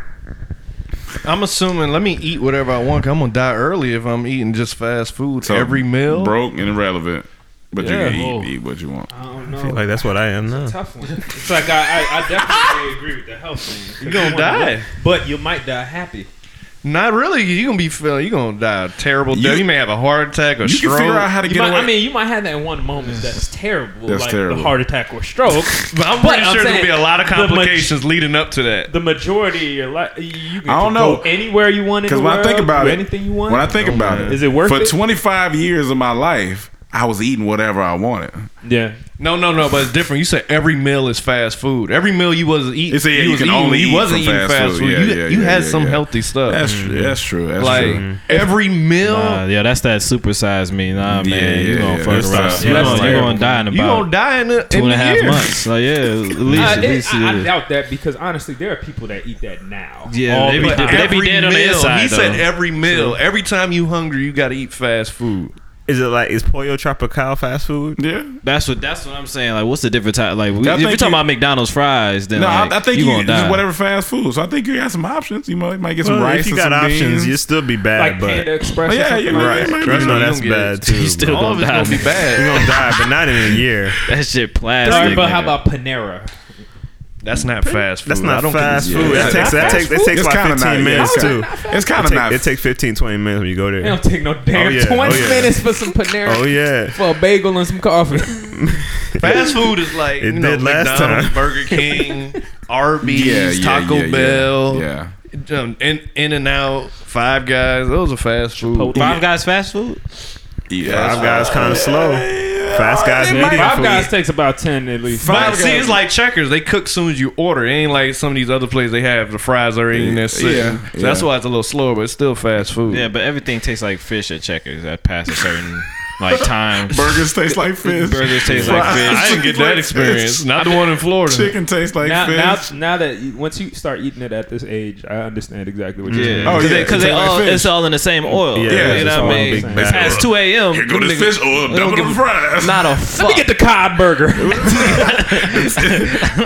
S3: I'm assuming let me eat whatever I want. i I'm gonna die early if I'm eating just fast food
S2: So,
S3: every meal.
S2: broke and irrelevant, but
S3: Yeah.
S2: you can
S5: Whoa.
S2: eat, eat what you want.
S6: I don't know.
S4: Like, that's what I am now.
S6: Tough one. It's like I, I, I definitely *laughs* agree with the health thing.
S3: You gonna
S6: wanna
S3: die.
S6: live, but you might die happy.
S3: Not really. You gonna be feeling. You gonna die a terrible
S2: You-
S3: death. You may have a heart attack or
S2: You
S3: stroke.
S2: can figure out how to
S6: You
S2: get
S6: might,
S2: away.
S6: I mean, you might have that one moment that's terrible,
S2: That's
S6: like
S2: terrible.
S6: the heart attack or stroke.
S3: *laughs* but I'm pretty
S6: I'm
S3: sure there's gonna
S6: saying
S3: be a lot of
S6: the maj-
S3: complications leading up to that.
S6: the majority of your life, you can
S2: I don't
S6: go
S2: know.
S6: anywhere you want in the
S2: Because when I
S6: world,
S2: think about
S6: do
S2: it,
S6: anything you want.
S2: when I think about it,
S6: Is it worth
S2: for
S6: it?
S2: 25 years of my life, I was eating whatever I wanted.
S6: yeah,
S3: No, no, no. But it's different. You said every meal is fast food. Every meal you was eating,
S2: You said, yeah, you
S3: was
S2: can
S3: eating,
S2: only
S3: you
S2: eat
S3: wasn't
S2: from
S3: eating
S2: fast
S3: fast
S2: food.
S3: food.
S2: Yeah,
S3: you
S2: yeah,
S3: you
S2: yeah,
S3: had
S2: yeah,
S3: some
S2: yeah.
S3: healthy stuff.
S2: That's true. That's true. That's
S3: like Mm-hmm.
S2: true.
S3: every meal.
S5: Nah, Uh, yeah, that's that supersize me. Nah,
S2: Yeah,
S5: man, you
S2: yeah,
S5: gonna
S2: yeah.
S5: fuck
S2: That's
S5: around.
S2: tough.
S5: You
S6: That's
S5: gonna, you
S6: terrible.
S5: gonna die in
S3: you gonna
S5: about
S3: die in a,
S5: two
S3: in
S5: and
S3: a
S5: a half
S3: year.
S5: months. Like, yeah, at least,
S6: Uh,
S5: at
S6: it-
S5: least.
S6: I, I
S5: yeah.
S6: doubt that because honestly, there are people that eat that now.
S5: Yeah,
S6: All
S5: they
S6: the
S5: be-
S6: time.
S5: they be dead on the
S3: meal,
S5: inside,
S3: He said
S5: though.
S3: every meal. Every time you hungry, you gotta eat fast food.
S4: Is it like, is Pollo Tropical fast food?
S2: Yeah.
S5: That's what that's what I'm saying. Like, what's the different type? Like, we, if
S2: I
S5: you're
S2: think
S5: talking
S2: you-
S5: about McDonald's fries, then
S2: No,
S5: like,
S2: I, I think
S5: you
S2: you,
S5: gonna
S2: just
S5: die.
S2: whatever fast food. So I think you got some options. You might might get some
S4: Well,
S2: rice.
S4: if you
S2: and
S4: got
S2: some
S4: options,
S2: beans. Oh,
S4: you'd still be
S6: like
S4: bad,
S6: Panda
S4: but
S6: Express. or
S2: yeah,
S6: something
S2: you
S6: like that.
S2: right.
S4: you know that's
S3: you don't get
S4: bad
S5: *laughs*
S4: too.
S5: You still
S4: bro.
S5: gonna die.
S3: It's gonna be
S4: You're
S3: bad.
S4: gonna die, but not in a year.
S5: *laughs* That shit
S6: All
S5: plastic.
S6: right, but how
S5: nigga.
S6: about Panera?
S3: That's not fast food.
S4: That's
S3: I
S4: not
S3: don't
S4: fast
S2: think-
S4: food.
S2: yeah.
S4: That takes that
S6: Fast
S4: takes that
S6: food?
S4: takes
S2: It's
S4: like
S2: kinda
S4: 15
S2: not- yeah,
S4: minutes
S2: it's
S4: too.
S2: It's kind
S4: It
S2: of
S4: take-
S2: not.
S4: It takes 15, 20 minutes when you go
S6: They
S4: there.
S6: don't take no damn
S4: Oh, yeah. Oh,
S6: 20
S4: yeah.
S6: minutes for some Panera.
S4: Oh yeah.
S6: For a bagel and some coffee.
S3: Fast food is like
S4: It
S3: you know,
S4: did last
S3: McDonald's,
S4: time.
S5: *laughs*
S3: Burger King, Arby's,
S2: yeah, yeah,
S3: Taco
S2: yeah, yeah,
S3: Bell,
S2: Yeah.
S3: Um, in in and out, Five Guys. Those are fast food.
S5: Five Guys fast food?
S2: Yeah.
S4: Five guys kind of slow. Fast guys
S6: Five Guys
S4: medium food.
S6: takes about 10 at least.
S3: But see, it's like checkers. They cook soon as you order. It ain't like some of these other places. They have the fries already in there sitting.
S2: Yeah,
S3: so that's
S2: yeah.
S3: why it's a little slower, but it's still fast food.
S5: Yeah, but everything tastes like fish at Checkers at past a certain like time.
S2: Burgers taste like fish.
S5: Burgers taste like
S2: Fries.
S5: fish.
S3: I didn't
S2: *laughs*
S3: get that experience. Not the one in Florida.
S2: Chicken tastes like
S6: now,
S2: fish.
S6: now, now that you, once you start eating it at this age, I understand exactly what you're saying.
S5: Yeah,
S2: Oh,
S5: because
S2: yeah,
S5: they,
S2: it
S5: 'cause they
S2: tastes like
S5: all
S2: fish.
S5: it's all in the same oil.
S2: Yeah.
S4: Yeah,
S5: you
S2: it's
S5: know
S4: all
S5: what I
S4: big
S5: mean.
S4: bag.
S5: Past two a.m.
S2: Here go
S5: them
S2: this
S5: niggas-
S2: fish oil.
S5: they don't
S2: Double the
S5: give
S2: fries.
S5: Not a
S6: Let me
S5: fuck.
S6: get the Cobb burger.
S2: *laughs*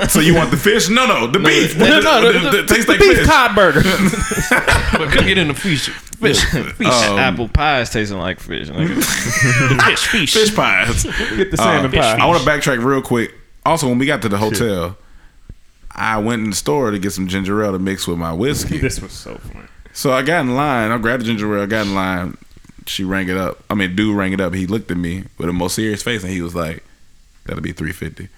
S2: so you want the fish? No, no, the beef.
S6: no, no,
S2: It
S6: the,
S2: tastes
S6: the
S2: like
S6: beef
S2: fish.
S6: Cobb burger.
S3: But cook it in the future.
S5: Fish, Um, fish. Apple pies tasting like fish. nigga. fish, fish.
S2: Fish pies.
S6: Get the
S2: Uh,
S6: salmon pie.
S2: I want to backtrack real quick. Also, when we got to the hotel, I went in the store to get some ginger ale to mix with my whiskey.
S6: This was so fun.
S2: so I got in line. I grabbed the ginger ale. I got in line. She rang it up. I mean, dude rang it up. He looked at me with a most serious face, and he was like, "That'll be 350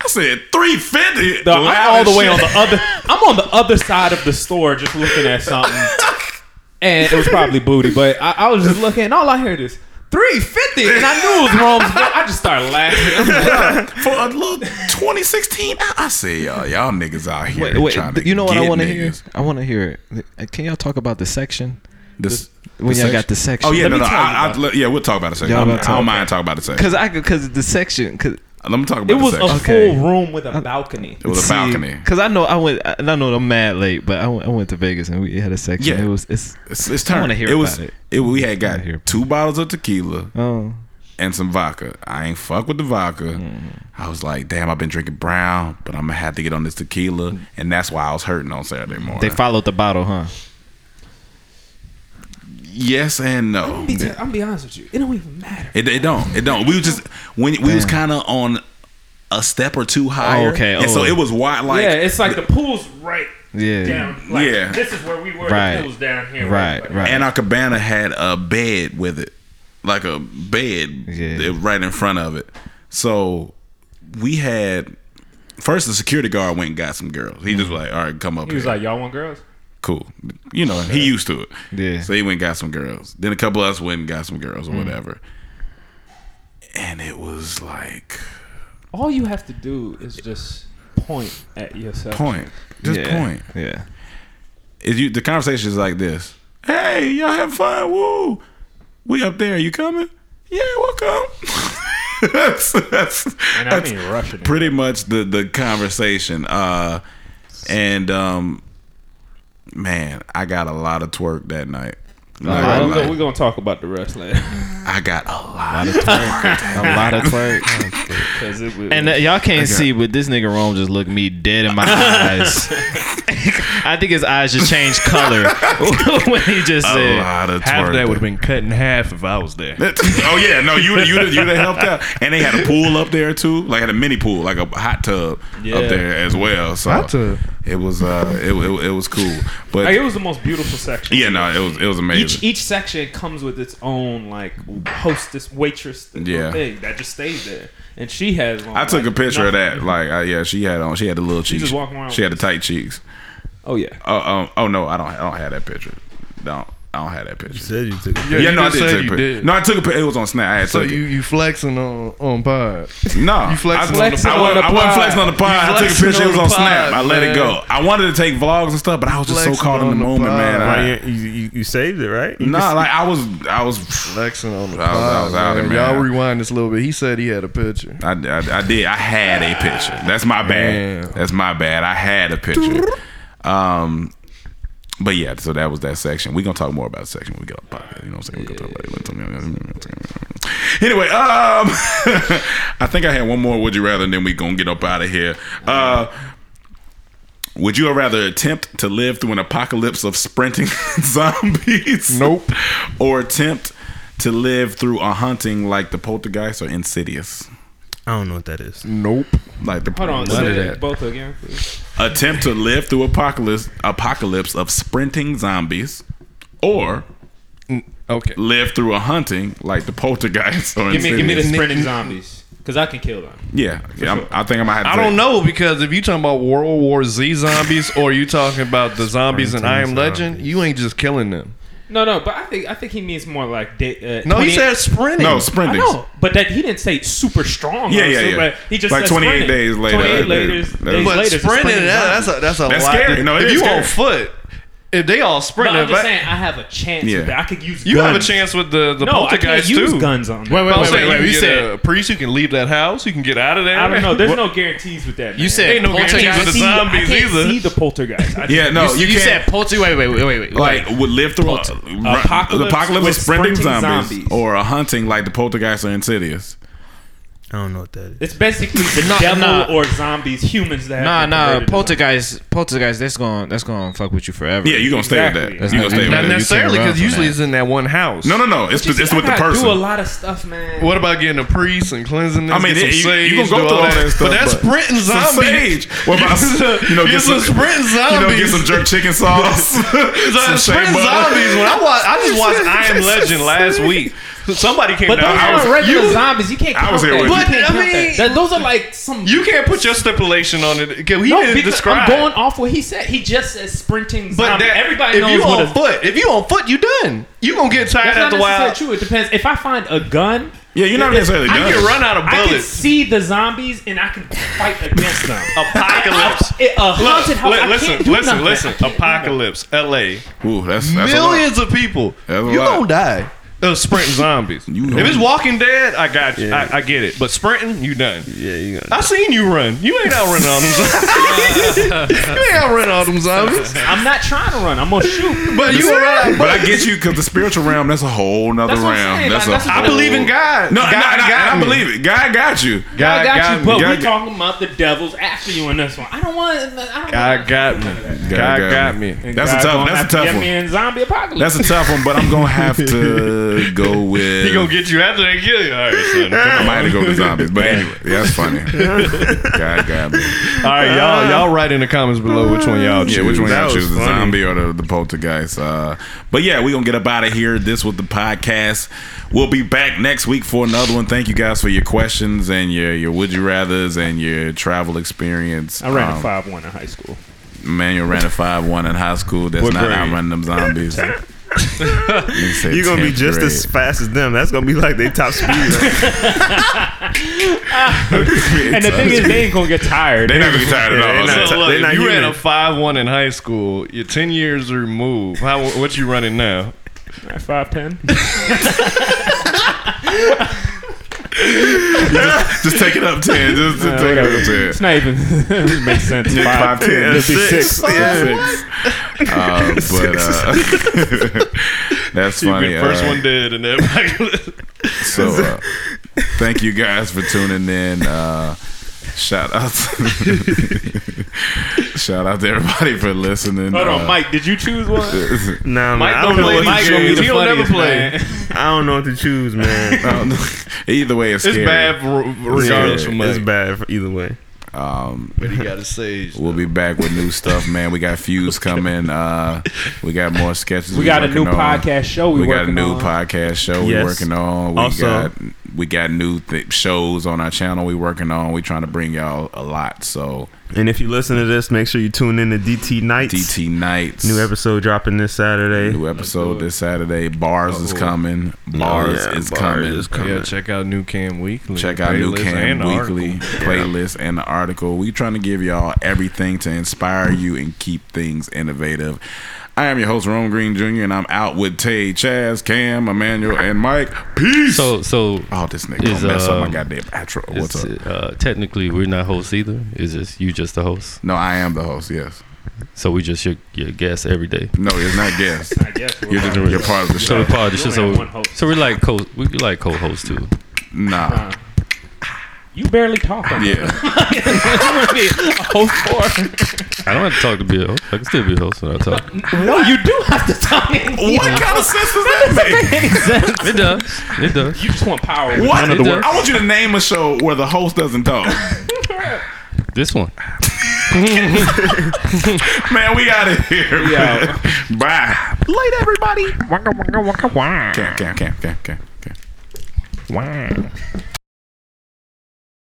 S2: I said, 350
S6: No, I'm all the way on the other. I'm on the other side of the store, just looking at
S2: *laughs*
S6: something, and it was probably booty. But I, I was just looking, and all I heard is 350, and I knew it was wrong. I just started laughing. I'm
S2: *laughs*
S6: like,
S2: for a little 2016. I I said, y'all, y'all niggas out here
S5: Wait,
S2: trying
S5: wait,
S2: to
S5: you know what I
S2: want
S5: want
S2: to
S5: to hear? I want to hear. it. Uh, Can y'all talk about the section?
S2: This,
S5: When
S2: the
S5: y'all
S2: section?
S5: got the section.
S2: Oh yeah,
S5: Let
S2: no,
S5: me
S2: no.
S5: tell you
S2: I,
S5: about
S2: I, yeah, we'll talk about it second.
S5: Y'all
S2: I'm- I
S5: about
S2: don't
S5: to talk
S2: mind talking about it second.
S5: Cause I could, cause the section, cause
S2: Let me talk about
S6: it was
S2: the
S6: a
S2: section.
S5: Okay.
S6: full room with a balcony.
S2: it was a
S5: see,
S2: balcony.
S5: Cause I know I went, and I know I'm mad late, but I went, I went to Vegas and we had a section.
S2: Yeah.
S5: It was, it's,
S2: It's, it's
S5: I
S2: turn.
S5: wanna hear
S2: it was,
S5: about it.
S2: We had got
S5: hear about
S2: two bottles of tequila
S5: oh,
S2: and some vodka. I ain't fuck with the vodka.
S5: Mm.
S2: I was like, damn, I've been drinking brown, but I'm gonna have to get on this tequila, and that's why I was hurting on Saturday morning.
S5: they followed the bottle, huh?
S2: yes and no.
S6: I'm gonna be honest with you, it don't even matter.
S2: It, it don't. It don't. We was just when we was kind of on a step or two higher.
S5: okay,
S2: And so
S5: oh.
S2: it was wide. Like
S6: yeah, it's like the pool's right
S5: Yeah.
S6: down. Like,
S2: Yeah.
S6: this is where we were.
S5: Right.
S6: The pool's down here.
S5: Right, right.
S2: And our cabana had a bed with it, like a bed
S5: Yeah.
S2: that- right in front of it. So we had first the security guard went and got some girls. He
S5: Mm-hmm.
S2: just was like, all right, come up.
S6: He was
S2: here."
S6: like, "Y'all want girls?"
S2: cool. You know, he used to it.
S5: Yeah. Mm.
S2: So he went and got some girls. Then a couple of us went and got some girls or whatever. And it was like
S6: All you have to do is just point at yourself.
S2: point, just
S5: yeah.
S2: point.
S5: Yeah.
S2: Is you the conversation is like this? Hey, y'all have fun. Woo, we up there. You coming? Yeah, we'll come. *laughs* that's, that's,
S6: And I
S2: that's
S6: mean, rushing. it.
S2: pretty much the the conversation. Uh, and um, man, I got a lot of twerk that night. I'm not
S6: All right,
S2: gonna
S6: we're,
S2: lie.
S6: gonna, we're gonna talk about the rest later.
S2: I got a lot.
S5: A lot *laughs* of twerk.
S6: 'Cause it was-
S5: And uh, y'all can't see, but this nigga Rome just looked me dead in my eyes. *laughs* I think his eyes just changed color *laughs* when he just
S2: A
S5: said,
S2: lot of
S3: Half
S2: twerk.
S3: of that would have been cut in half if I was there.
S2: oh yeah, no, you you you have helped out, and they had a pool up there too, like had a mini pool, like a hot tub up there as well. So
S3: Hot tub.
S2: it was uh, it, it, it was cool, but
S6: like, it was the most beautiful section.
S2: yeah, no, it was it was amazing.
S6: Each each section comes with its own like hostess waitress
S2: Yeah.
S6: thing that just stays there, and she has. On,
S2: I took
S6: like,
S2: a picture of
S6: nothing.
S2: that. Like, I, yeah, she had on. She had the little cheeks.
S6: just walking around
S2: She had the
S6: with-
S2: tight cheeks.
S6: Oh yeah,
S2: Oh, um, oh no, I don't. I don't have that picture. Don't. I don't have that picture.
S4: Said you took it.
S2: yeah, no, I
S3: just
S2: did
S3: said
S2: take a
S3: you
S2: picture.
S3: did.
S2: No, I took a picture. It was on Snap. I had
S3: So
S2: took
S3: you
S2: it.
S3: you flexing on on pod.
S2: No,
S3: you flexing
S2: I,
S3: on the
S2: I,
S3: pod.
S2: wasn't, I wasn't flexing on the pod.
S3: You
S2: I took a
S3: flexing
S2: picture. It
S3: on
S2: was
S3: the
S2: on
S3: pod,
S2: Snap. I let it
S3: man.
S2: go. I wanted to take vlogs and stuff, but I was just so
S3: Flexing
S2: caught in the
S3: on the
S2: moment,
S3: pod.
S2: man. I-
S4: Right, you, you, you saved it, right? You
S5: Mm.
S2: Nah,
S4: just-
S2: like I was, I was,
S3: Flexing on the
S2: I was- I was
S3: pod.
S2: out
S3: man.
S2: there, man.
S3: Y'all rewind this a little bit. He said he had a picture.
S2: I, I, I did, I had a picture. That's my bad.
S3: Damn.
S2: That's my bad. I had a picture. Um, but yeah, so that was that section. We're gonna talk more about the section when we get on the podcast. You know what I'm saying? We're gonna talk about it. Anyway, um, *laughs* I think I had one more. Would you rather? And then we gonna get up out of here. Uh, would you rather attempt to live through an apocalypse of sprinting *laughs* zombies?
S3: Nope.
S2: or attempt to live through a hunting like the poltergeist or insidious
S4: I don't know what that is.
S3: Nope.
S2: like the
S6: hold on.
S2: What
S6: say
S2: is
S6: that both again. please.
S2: that? attempt to live through apocalypse apocalypse of sprinting zombies or
S3: Okay.
S2: live through a hunting like the poltergeist or
S6: Give me give me the
S2: Insidious.
S6: sprinting zombies because I can kill them.
S2: yeah, yeah I'm, i think i might have to
S3: I
S2: take-
S3: don't know because if you talking about World War Z zombies or you talking about *laughs* the zombies in I Am
S4: Springtime
S3: Legend, you ain't just killing them.
S6: No, no, but I think I think he means more like da- uh,
S3: No,
S6: 28
S3: he said sprinting.
S2: no
S6: I
S2: sprinting
S6: know, but that he didn't say super strong.
S2: Yeah,
S6: or
S2: yeah,
S6: super-
S2: yeah.
S6: but He just
S2: Like
S6: said
S2: 28
S6: sprinting.
S2: days later,
S6: 28
S2: that-
S6: later,
S2: that-
S6: days
S2: But
S3: but
S6: later, is
S3: sprinting,
S6: sprinting
S3: that,
S6: zombies.
S3: that's a that's a
S2: That's
S3: lot.
S2: scary. No, it
S3: if
S2: is
S3: you
S2: scary.
S3: on foot, if they all
S6: But
S3: sprinting,
S6: I'm
S3: if I-
S6: just saying, I have a chance.
S2: Yeah.
S6: with that. I could use.
S3: you have a
S6: guns.
S3: chance with the the
S6: No, I can't
S3: poltergeist
S6: use
S3: too.
S6: guns on.
S5: wait,
S3: I'm
S5: wait,
S3: saying
S5: wait,
S3: you,
S5: wait,
S3: can
S5: you
S3: get
S5: said-
S3: a priest, you can leave that house, you can get out of there.
S6: I don't know. There's no guarantees with that.
S5: "You
S6: man.
S5: said
S3: Ain't no guarantee
S5: poltergeist-
S3: with the
S6: See, I
S3: zombies
S6: can't see
S3: either.
S6: the poltergeist. I
S2: yeah no
S5: You,
S2: you, can't
S5: said poultry. Wait, wait, wait, wait, wait.
S2: like would live through a, run-
S6: Apocalypse
S2: apocalypse of
S6: with
S2: sprinting,
S6: sprinting
S2: zombies,
S6: zombies.
S2: or a hunting like the poltergeist or insidious
S4: I don't know what that is.
S6: It's basically the
S5: Nah,
S6: devil
S5: nah.
S6: or zombies, humans that
S5: Nah,
S6: have been
S5: nah,
S6: converted to zombies.
S5: poltergeist, poltergeist. That's going, that's going to fuck with you forever.
S2: Yeah, you gonna stay
S6: Exactly.
S2: with that. You gonna
S5: That's
S2: stay
S5: not-
S3: Not
S2: with that.
S3: necessarily
S5: run
S3: because
S5: from
S3: usually
S5: that.
S3: it's in that one house.
S2: No, no, no. It's it's
S6: I
S2: with the
S6: gotta
S2: person.
S6: Do a lot of stuff, man.
S3: What about getting a priest and cleansing this?
S2: I mean,
S3: get some
S2: it- you-
S3: sage,
S2: you gonna go
S3: do
S2: through all that stuff,
S3: But that's
S2: but-
S3: Brenton
S2: Some
S3: zombie.
S2: sage. What
S3: *laughs*
S2: about you know get some,
S3: Sprint
S2: you know
S3: zombies?
S2: get some jerk chicken
S3: *laughs*
S2: sauce. some shea
S3: Sprint
S2: butter.
S3: zombies. When I watch, I
S2: *laughs*
S3: just watched I Am Legend last week. Somebody came
S6: But those
S3: down. I was-
S6: aren't regular
S3: you-
S6: zombies. You can't.
S2: I
S6: Count
S2: was here
S6: that.
S2: with
S6: You
S2: you.
S6: can't
S3: But, I
S6: count that.
S3: mean-
S6: That- Those are like some.
S3: You can't put your stipulation on it. 'cause He
S6: no,
S3: didn't
S6: because I'm
S3: describe.
S6: going off what he said. He just says sprinting.
S3: but
S6: zombie.
S3: that-
S6: everybody
S3: if
S6: knows
S3: you
S6: what
S3: on
S6: a
S3: foot, if you on foot, you done. You gonna get tired
S6: That's not
S3: after a
S6: necessarily
S3: while.
S6: true. It depends. If I find a gun,
S2: Yeah, you're not necessarily
S6: I
S2: done.
S3: You run out of
S6: I can
S3: bullets.
S6: see the zombies and I can fight against them.
S3: Apocalypse.
S6: It- a haunted house.
S3: Li-
S6: I
S3: listen,
S6: can't do
S3: listen,
S6: nothing.
S3: listen. Apocalypse, L.A.
S2: Ooh, that's, that's
S3: *laughs* Millions of people.
S2: That's a
S3: you
S2: lot.
S3: gonna die. Uh, sprinting zombies.
S2: You
S3: if it's
S2: know.
S3: Walking Dead, I got you. I, I get it. But sprinting, you done.
S4: Yeah, you got
S3: I seen you run. You ain't outrunning all *laughs* them zombies. you ain't outrunning all them zombies.
S6: I'm not trying to run. I'm gonna shoot.
S3: But you were
S2: A
S3: right.
S2: lot. But I get you because the spiritual realm, that's a whole nother
S6: That's what I'm
S2: realm.
S6: saying, like,
S2: that's a
S6: that's what
S2: whole-
S3: I believe in God.
S2: No,
S3: God,
S2: no, no,
S3: got
S2: I
S3: me.
S2: believe it. God got you.
S6: I
S3: God
S6: got, you, but
S2: God
S6: we're
S2: got-
S6: talking about the devil's after you in this one. I don't want. I don't
S3: God got me. God got me.
S2: That's a tough. That's a tough
S6: Me
S2: one.
S6: in zombie apocalypse.
S2: That's a tough one. But I'm gonna have
S3: *laughs*
S2: to go with.
S3: He gonna get you after they kill you. All right, son. Come
S2: I
S3: on.
S2: might have to go with zombies, but anyway, yeah, that's
S3: *laughs*
S2: funny. God got me.
S3: All right, y'all. Y'all write in the comments below which one y'all choose.
S2: Yeah, which one y'all choose, the
S3: funny.
S2: zombie or the, the poltergeist? Uh, but yeah, we're going to get up out of here. This was the podcast. We'll be back next week for another one. Thank you guys for your questions and your, your would you rathers and your travel experience.
S6: I ran
S2: Um,
S6: a five one in high school.
S2: Manuel ran a 5 1 in high school. That's
S4: What
S2: not
S4: grade?
S2: how I run them zombies.
S4: *laughs* You're
S2: You're
S4: gonna be just as fast as them. That's gonna be like they
S5: *laughs*
S4: top speed.
S6: And the thing is, they ain't gonna get
S2: *laughs*
S6: tired.
S2: They're not going to be tired at all.
S4: they're not
S2: So-
S3: So
S4: ti-
S3: look,
S4: they not
S3: you
S4: human.
S3: ran a five one in high school. You're ten years removed. How what you running now?
S6: Five ten.
S2: just take it up 10. Just, just take it up 10.
S6: It's not even it makes sense.
S2: Five, ten,
S6: It'd be
S2: six.
S6: six.
S2: Yeah. Uh, *laughs* but uh, *laughs* that's
S3: You've
S2: funny.
S3: been first
S2: uh,
S3: one dead, and *laughs* everybody.
S2: So uh, thank you guys for tuning in. Uh, shout out, *laughs* shout out to everybody for listening.
S6: Hold on,
S2: Uh, *laughs*
S6: Mike. Did you choose one?
S4: Nah, man,
S3: Mike
S4: I
S3: don't
S4: don't know
S3: play
S4: what
S3: Mike
S4: to
S3: gonna be
S4: choose.
S3: the He'll never
S6: funniest,
S3: play.
S6: man.
S4: I don't know what to choose,
S5: *laughs*
S4: man.
S2: I don't know. Either way, it's,
S3: It's
S2: scary.
S3: bad for- regardless
S2: Yeah,
S3: of money.
S4: It's bad for either way.
S2: Um,
S3: But he got a sage.
S2: we'll be back with new stuff, man. We got Fuse coming. Uh, we got more sketches.
S6: We got a new
S2: working on.
S6: podcast show. We,
S2: we got a
S6: working
S2: new
S6: on.
S2: podcast show we're
S4: Yes.
S2: working on. We
S4: Also-
S2: got we got new th- shows on our channel we working on. We trying to bring y'all a lot. So
S4: And if you listen to this, make sure you tune in to DT Nights.
S2: DT nights,
S4: New episode dropping this Saturday.
S2: new episode this Saturday. Bars is coming. Bars
S4: Oh, Yeah,
S2: is
S4: bars
S2: coming.
S4: is coming.
S3: Yeah, check out New Cam Weekly.
S2: Check out New
S3: playlist
S2: Cam
S3: and
S2: Weekly
S3: article.
S2: playlist and the article. We trying to give y'all everything to inspire you and keep things innovative. I am your host, Rome Green Jr., and I'm out with Tay, Chaz, Cam, Emmanuel, and Mike. Peace.
S7: So so
S2: oh, this nigga
S7: Is,
S2: gonna mess up my
S7: um,
S2: goddamn outro. Oh, What's
S7: it's,
S2: up?
S7: uh, technically we're not hosts either. Is just you just the host?
S2: No, I am the host. Yes.
S7: So we just your, your guest every day.
S2: No, it's not guest.
S6: I guess we're
S2: You're,
S6: on.
S2: just, you're part of the
S7: So
S2: show.
S7: we part it's
S6: You
S7: just
S6: only have
S7: so,
S6: one host.
S7: so we're like co we we like co hosts too.
S2: Nah.
S6: *laughs* You barely talk. *laughs* on
S2: Yeah.
S6: host for.
S7: I don't have to talk to be a host. I can still be a host when I
S5: *laughs*
S7: talk.
S6: No, you do have to talk.
S2: What kind of sense does that make?
S7: It does. It does.
S6: You just want power.
S2: What?
S7: None of the words.
S2: I want you to name a show where the host doesn't talk.
S7: This one.
S2: Man, we out of here.
S6: Yeah.
S2: man. Bye. Late, everybody. Can, can, can, can, can, can.